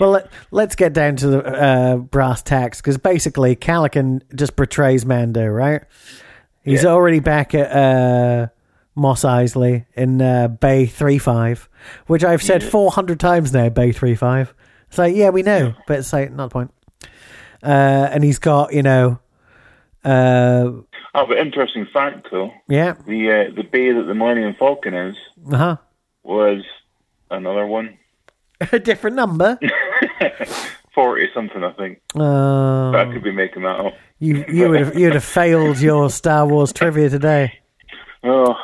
Well, let, let's get down to the uh, brass tacks because basically Calican just betrays Mando, right? He's Yeah. already back at uh, Moss Isley in uh, Bay 35, which I've said 400 times now, Bay 35. It's like, yeah, we know, but it's like, not the point. Uh, and he's got, you know, uh, oh, but interesting fact though, yeah, the uh, the bay that the Millennium Falcon is uh was another one. huh. A different number. Forty something, I think. Uh, But I could be making that up. you you would have you would have failed your Star Wars trivia today. Oh,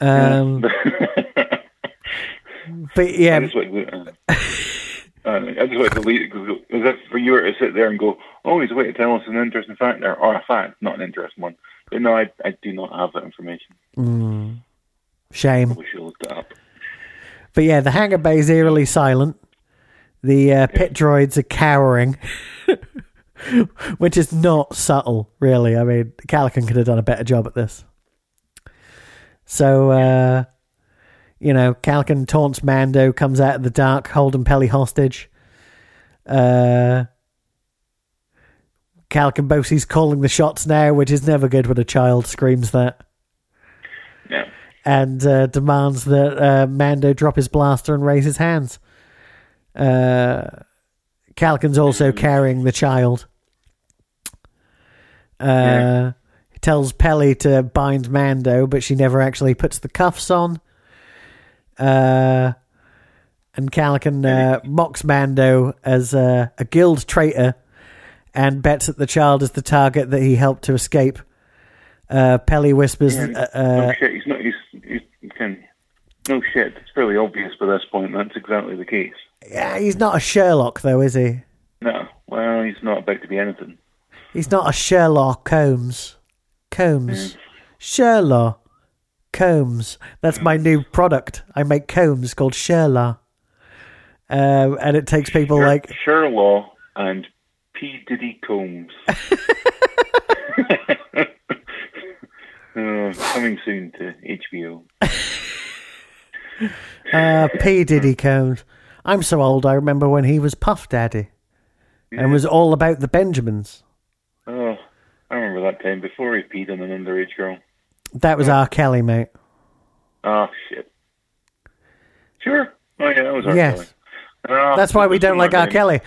Um, but yeah, I just like to, uh, I don't know, I just like to leave because if for you were to sit there and go, "Oh, he's waiting to tell us an interesting fact there, or a fact, not an interesting one." But no, I, I do not have that information. shame. We should look that up. But yeah, the hangar bay is eerily silent. The uh, pit droids are cowering, which is not subtle, really. I mean, Calican could have done a better job at this. So, uh, you know, Calican taunts Mando, comes out of the dark, holding Pelly hostage. Uh, Calican Bosie's calling the shots now, which is never good when a child screams that Yeah. and uh, demands that uh, Mando drop his blaster and raise his hands. Uh, Calcan's also carrying the child. Uh, Yeah. he Tells Pelly to bind Mando, but she never actually puts the cuffs on. Uh, and Calican uh, mocks Mando as uh, a guild traitor and bets that the child is the target that he helped to escape. Uh, Pelly whispers, uh, uh, no shit, he's not. He's, he's he can. No shit. It's fairly obvious by this point. That's exactly the case. Yeah, he's not a Sherlock, though, is he? No. Well, he's not about to be anything. He's not a Sherlock Holmes. Combs. Sherlock. Combs. That's my new product. I make combs called Sherlock. Um, and it takes people like Sherlaw and P. Diddy Combs. Oh, coming soon to HBO. uh, P. Diddy Combs. I'm so old, I remember when he was Puff Daddy and was all about the Benjamins. Oh, I remember that time before he peed on an underage girl. That was R. Kelly, mate. Ah, shit. Sure. Oh, yeah, that was our Yes. Kelly. Ah, That's why we don't like R. Kelly.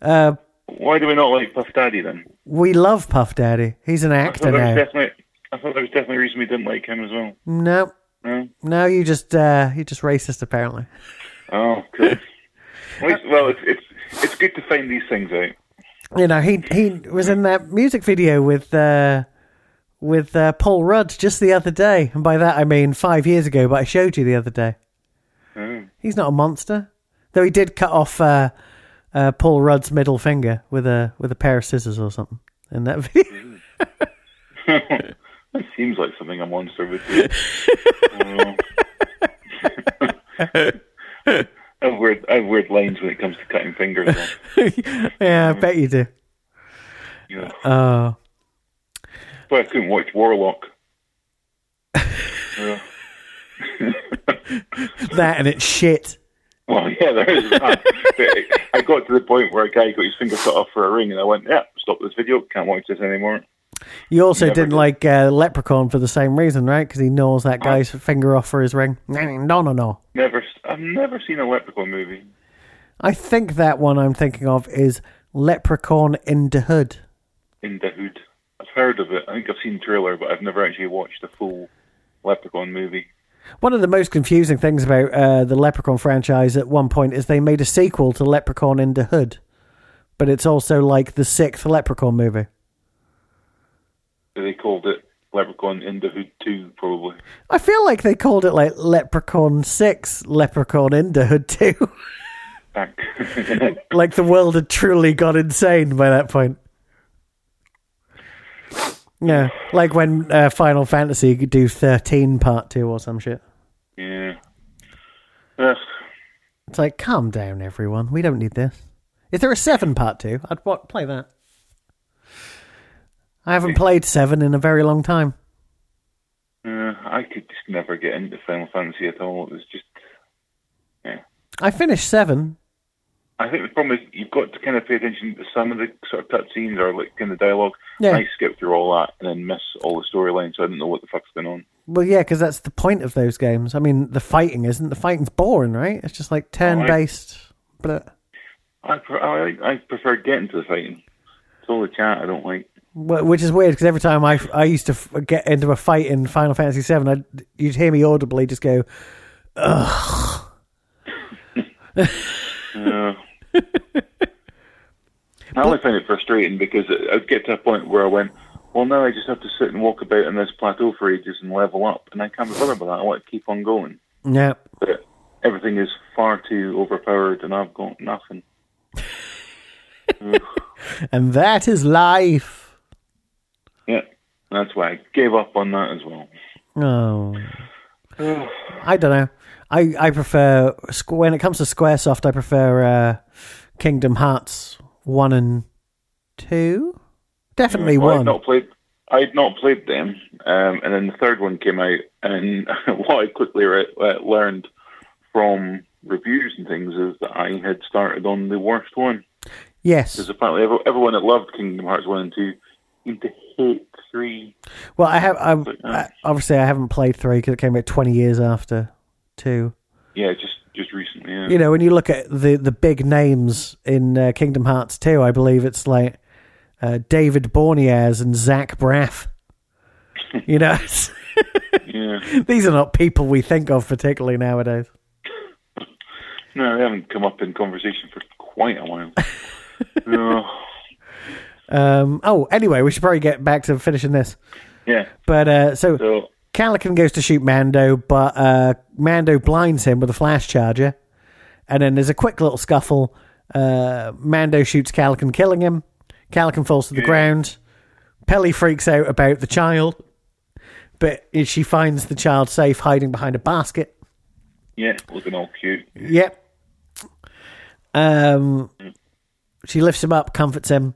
Uh, Why do we not like Puff Daddy then? we love Puff Daddy. He's an I thought, actor there was now. definitely, I thought there was definitely a reason we didn't like him as well. No, No? no, you just uh, you just racist apparently. Oh, cool. At least- well, it's, it's it's good to find these things out. You know, he he was in that music video with uh, with uh, Paul Rudd just the other day, and by that I mean five years ago. But I showed you the other day. Oh. He's not a monster, though. He did cut off uh, uh, Paul Rudd's middle finger with a with a pair of scissors or something in that video. That seems like something a monster would do. Oh. I have weird, I have weird lines when it comes to cutting fingers. off. yeah, I bet you do. You know. Oh, But I couldn't watch Warlock. Yeah. that and it's shit. Well, yeah, there is that. But I got to the point where a guy got his finger cut off for a ring, and I went, "Yeah, stop this video. Can't watch this anymore." You also didn't did. like uh, Leprechaun for the same reason, right? Because he gnaws that guy's finger off for his ring. No, no, no. Never, s- I've never seen a Leprechaun movie. I think that one I'm thinking of is Leprechaun in the Hood. In the Hood. I've heard of it. I think I've seen trailer, but I've never actually watched a full Leprechaun movie. One of the most confusing things about uh, the Leprechaun franchise at one point is they made a sequel to Leprechaun in the Hood, but it's also like the sixth Leprechaun movie. They called it Leprechaun in the Hood Two, probably. I feel like they called it like Leprechaun 6, Leprechaun in the Hood 2. Back. like the world had truly gone insane by that point. Yeah, like when uh, Final Fantasy could do 13 part 2 or some shit. yeah. Ugh. It's like, calm down, everyone. We don't need this. Is there a 7 part 2? I'd wa play that. I haven't played 7 in a very long time. Yeah, I could just never get into Final Fantasy at all. It was just, yeah. I finished 7. I think the problem is you've got to kind of pay attention to some of the sort of cutscenes or like kind of dialogue. Yeah. I skipped through all that and then miss all the storyline, so I didn't know what the fuck's going on. Well, yeah, because that's the point of those games. I mean, the fighting isn't. The fighting's boring, right? It's just like turn based. But uh, I pre- I, I prefer getting to the fighting. It's all the chat I don't like. Wh- Which is weird because every time I, I used to f- get into a fight in Final Fantasy VII, I'd, you'd hear me audibly just go, Yeah. I only find it frustrating because it- I'd get to a point where I went, well, now I just have to sit and walk about on this plateau for ages and level up, and I can't be bothered with that. I want to keep on going. "No, But everything is far too overpowered, and I've got nothing. and that is life." Yeah, that's why I gave up on that as well. Oh, I don't know. I I prefer Squ- when it comes to SquareSoft, I prefer uh, Kingdom Hearts one and two. Definitely Mm, Well, I'd one. not played. I'd not played them, um, and then the third one came out, and what I quickly re- uh, learned from reviews and things is that I had started on the worst one Yes. because apparently ev- everyone that loved Kingdom Hearts one and two seemed to hate three. Well, I have. I, I, obviously, I haven't played three because it came out twenty years after two. Yeah, just just recently. Yeah, you know, when you look at the the big names in uh, Kingdom Hearts 2, I believe it's like uh, David Borneas and Zach Braff. You know, yeah. these are not people we think of particularly nowadays. No, they haven't come up in conversation for quite a while. no. Um, oh, anyway, we should probably get back to finishing this. Yeah. But uh, so, So Calican goes to shoot Mando, but uh, Mando blinds him with a flash charger, and then there's a quick little scuffle. Uh, Mando shoots Calican, killing him. Calican falls to the ground. Pelly freaks out about the child, but she finds the child safe, hiding behind a basket. Yeah, looking all cute. Yep. Um, she lifts him up, comforts him,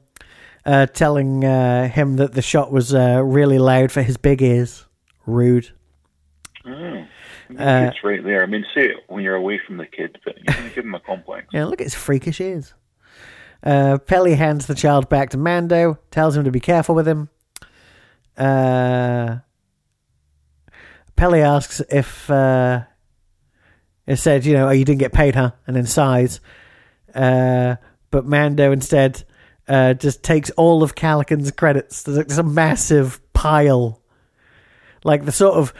uh, telling uh, him that the shot was uh, really loud for his big ears. Rude. Uh, it's Mm. right there. I mean, say it when you're away from the kid, but you're going to give him a complex. Yeah, look at his freakish ears. Uh, Pelly hands the child back to Mando, tells him to be careful with him. Uh, Pelly asks if uh, it said, you know, oh, you didn't get paid, huh? And then sighs. Uh, but Mando instead uh, just takes all of Calican's credits. There's, like, there's a massive pile. Like the sort of,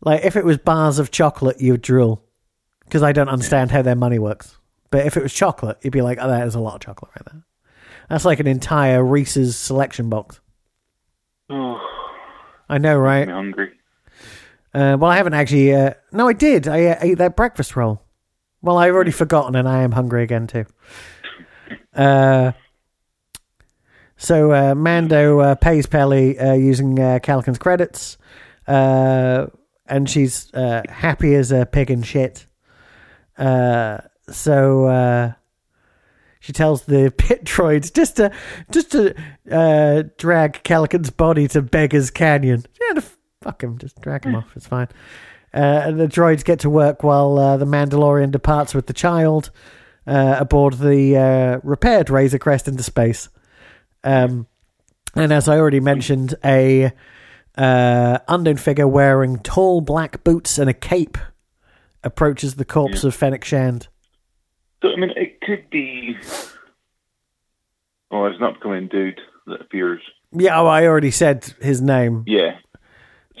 like if it was bars of chocolate, you would drool because I don't understand how their money works. But if it was chocolate, you'd be like, oh, that is a lot of chocolate right there. That's like an entire Reese's selection box. Oh, I know, right? I'm hungry. Uh, well, I haven't actually. Uh, no, I did. I uh, ate that breakfast roll. Well, I've already forgotten, and I am hungry again too. Uh, so uh, Mando uh, pays Pelly uh, using uh, Calican's credits, uh, and she's uh, happy as a pig in shit. Uh, so uh, she tells the pit droids just to just to uh, drag Calican's body to Beggar's Canyon. Yeah, to fuck him, just drag him off. It's fine. Uh, and the droids get to work while uh, the Mandalorian departs with the child uh, aboard the uh, repaired Razor Crest into space. Um, and as I already mentioned, a uh, unknown figure wearing tall black boots and a cape approaches the corpse of Fennec Shand. So, I mean, it could be. Oh, it's an upcoming dude that appears. Yeah, oh, I already said his name. Yeah.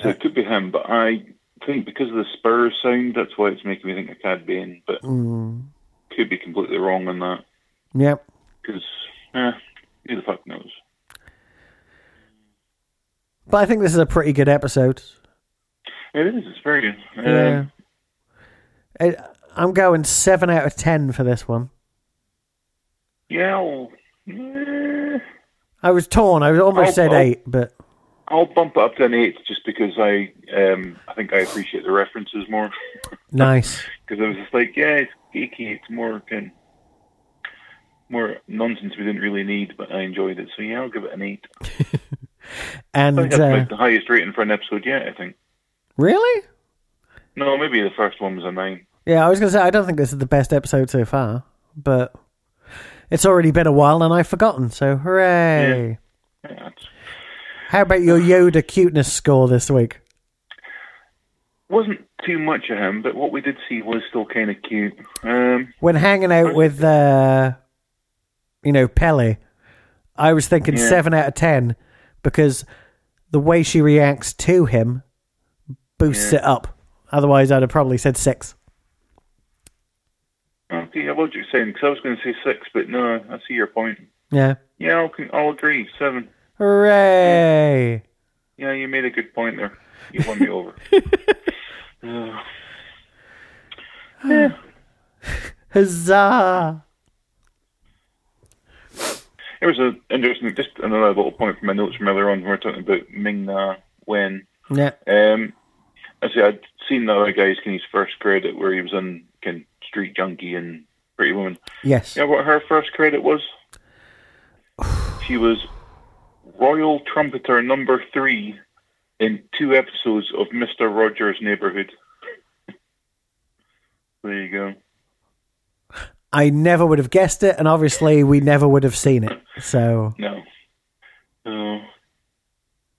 So it could be him, but I think because of the Spurs sound, that's why it's making me think of Cad Bane, but Mm. could be completely wrong on that. Yep. Because, eh, who the fuck knows? But I think this is a pretty good episode. It is, it's very good. Um, Yeah. It, I'm going 7 out of 10 for this one. yeah, I'll, eh, I was torn. I was almost Oh, said oh. 8, but I'll bump it up to an 8 just because I um, I think I appreciate the references more. nice. Because I was just like, yeah, it's geeky, it's more, kind, more nonsense we didn't really need, but I enjoyed it. So yeah, I'll give it an 8. I think And that's uh, like the highest rating for an episode yet, I think. really? No, maybe the first one was a 9. Yeah, I was going to say I don't think this is the best episode so far, but it's already been a while and I've forgotten. So hooray! Yeah, that's- How about your Yoda cuteness score this week? wasn't too much of him, but what we did see was still kind of cute. Um, When hanging out with, uh, you know, Pelly, I was thinking Yeah. seven out of ten because the way she reacts to him boosts it up. Otherwise, I'd have probably said six. okay, I was just saying because I was going to say six, but no, I see your point. Yeah, Yeah, I'll, con- I'll agree. Seven. hooray! Yeah, you made a good point there. You won me over. Uh, Huzzah! it was a interesting, just another little point from my notes from earlier on when we were talking about Ming Na Wen. Yeah, Um, I see. I'd seen the other guy's kind of his first credit where he was in kind of Street Junkie and Pretty Woman. yes. You know what her first credit was? she was Royal Trumpeter number three in two episodes of Mr. Rogers' Neighborhood. There you go. I never would have guessed it, and obviously we never would have seen it. So No. No. Is uh,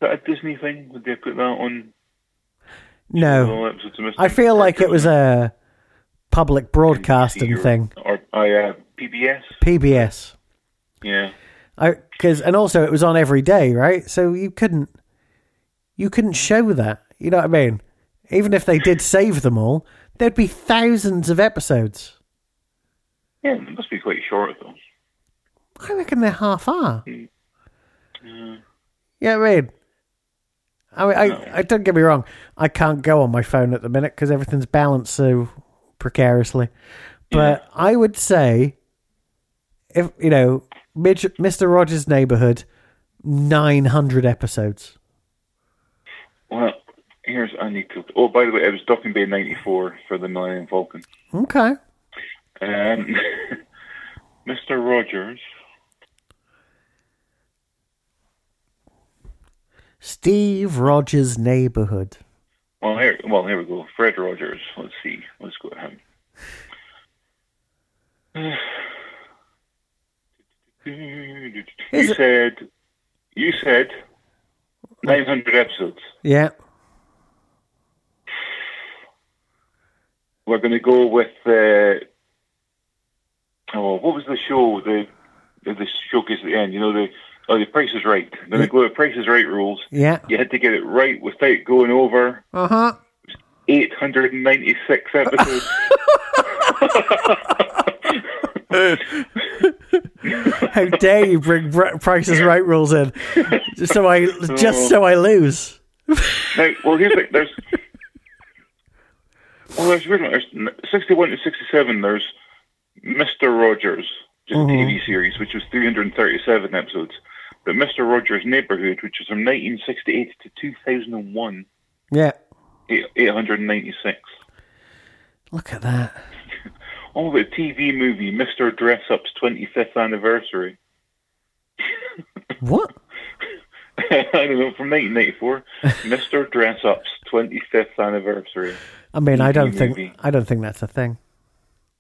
that a Disney thing? Would they put that on no, all episodes of Mr. I feel like it was a public broadcasting or- thing, Or I, uh, PBS? PBS. Yeah. I because and also it was on every day, right? So you couldn't you couldn't show that. You know what I mean? Even if they did save them all, there'd be thousands of episodes. Yeah, it must be quite short, though. I reckon they're half hour. Yeah, I mean, I, mean, I, I don't get me wrong. I can't go on my phone at the minute because everything's balanced so precariously. But I would say if you know, Midge, Mr. Rogers' Neighborhood, nine hundred episodes. Well, here's I need to. Oh, by the way, I was Docking Bay '94 for the Millennium Falcon. Okay. Um, Mr. Rogers. Steve Rogers' Neighborhood. Well, here, well, here we go. Fred Rogers. Let's see. Let's go to him. You Is it- said, you said, nine hundred episodes. Yeah. We're going to go with. Uh, oh, what was the show? The the, the showcase at the end. You know the oh the Price is Right. Then they go to Price is Right rules. Yeah. You had to get it right without going over Uh huh. eight hundred and ninety six episodes. How dare you bring Br- Price is Right rules in? Just so I, Oh. just so I lose. now, well, here's the, there's. Well, there's weird one. There's sixty-one to sixty-seven. There's Mister Rogers, just a TV series, which was three hundred and thirty-seven episodes. But Mister Rogers' Neighborhood, which was from nineteen sixty-eight to two thousand and one, Yeah. eight hundred and ninety-six. Look at that. Oh, the TV movie Mister Dress Up's twenty-fifth anniversary. What? I don't know, from nineteen ninety-four, Mister Dress Up's twenty-fifth anniversary. I mean, I don't TV think movie. I don't think that's a thing.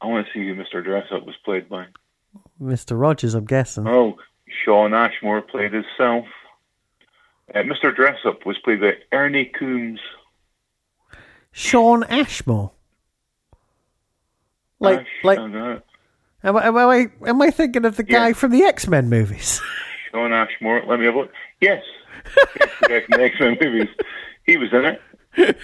I want to see who Mister Dress Up was played by. Mr. Rogers, I'm guessing. Oh, Sean Ashmore played himself. Uh, Mr. Dressup was played by Ernie Coombs. Sean Ashmore. Like, Ash- like, oh, no, am I, am I, am I thinking of the guy Yeah. from the X Men movies? Sean Ashmore. Let me have a look. Yes, yes the guy from the X Men movies. He was in it.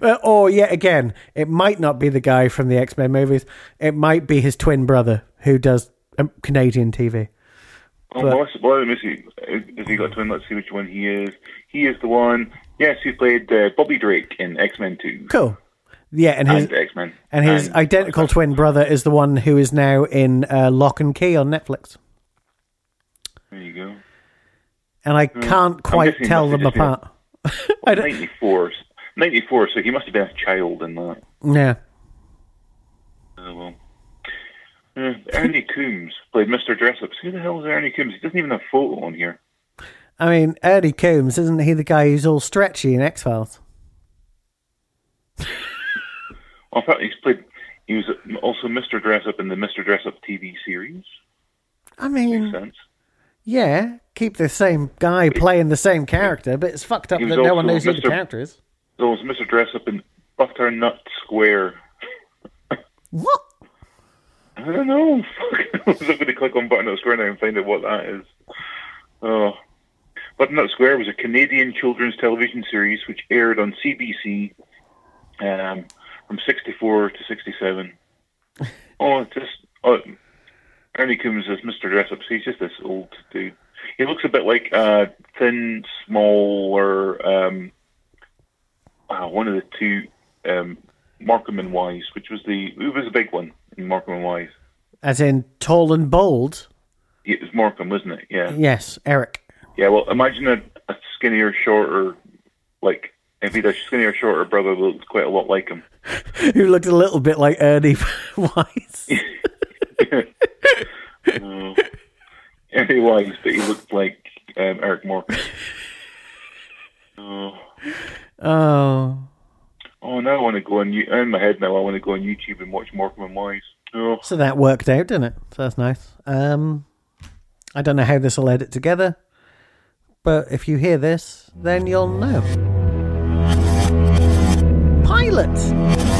Uh, or yet again, it might not be the guy from the X Men movies. It might be his twin brother who does um, Canadian TV. Oh, well, let's, well, let me see. Has he got twin? Let's see which one he is. He is the one. Yes, he played uh, Bobby Drake in X Men Two Cool. Yeah, and his and X Men. and his identical twin brother is the one who is now in uh, Lock and Key on Netflix. There you go. And I can't quite Mm. guessing tell that's them just him. apart. I don't, Ninety four. Ninety four. So he must have been a child in that. yeah. Oh, well. Uh, Ernie Coombs played Mr. Dressups. Who the hell is Ernie Coombs? He doesn't even have a photo on here. I mean, Ernie Coombs, isn't he the guy who's all stretchy in X Files? Well, Oh, in fact, he's played. He was also Mr. Dressup in the Mr. Dressup TV series. I Makes mean, sense. yeah, keep the same guy playing the same character, but it's fucked up He that was no one also knows who the Mr. character is. So it was Mr. Dressup in Butternut Square. What? I don't know. Fuck. I'm going to click on Butternut Square now and find out what that is. Oh. Butternut Square was a Canadian children's television series which aired on CBC um, from 64 to 67. Oh, it's just. Oh, Ernie Coombs is Mr. Dressup. He's just this old dude. He looks a bit like a thin, smaller. Um, uh, one of the two, um, Markham and Wise, which was the. Who was the big one in Markham and Wise? As in tall and bold? It was Markham, wasn't it? Yeah. Yes, Eric. Yeah, well, imagine a, a skinnier, shorter, like, if he had a skinnier, shorter brother that looked quite a lot like him. Who looked a little bit like Ernie Wise. Uh, Ernie Wise, but he looked like um, Eric Markham. Uh, Oh. oh, now I want to go on, You- in my head now, I want to go on YouTube and watch Markham and Wise. Oh, So that worked out, didn't it? So that's nice. Um, I don't know how this will edit together, but if you hear this, then you'll know. Pilot!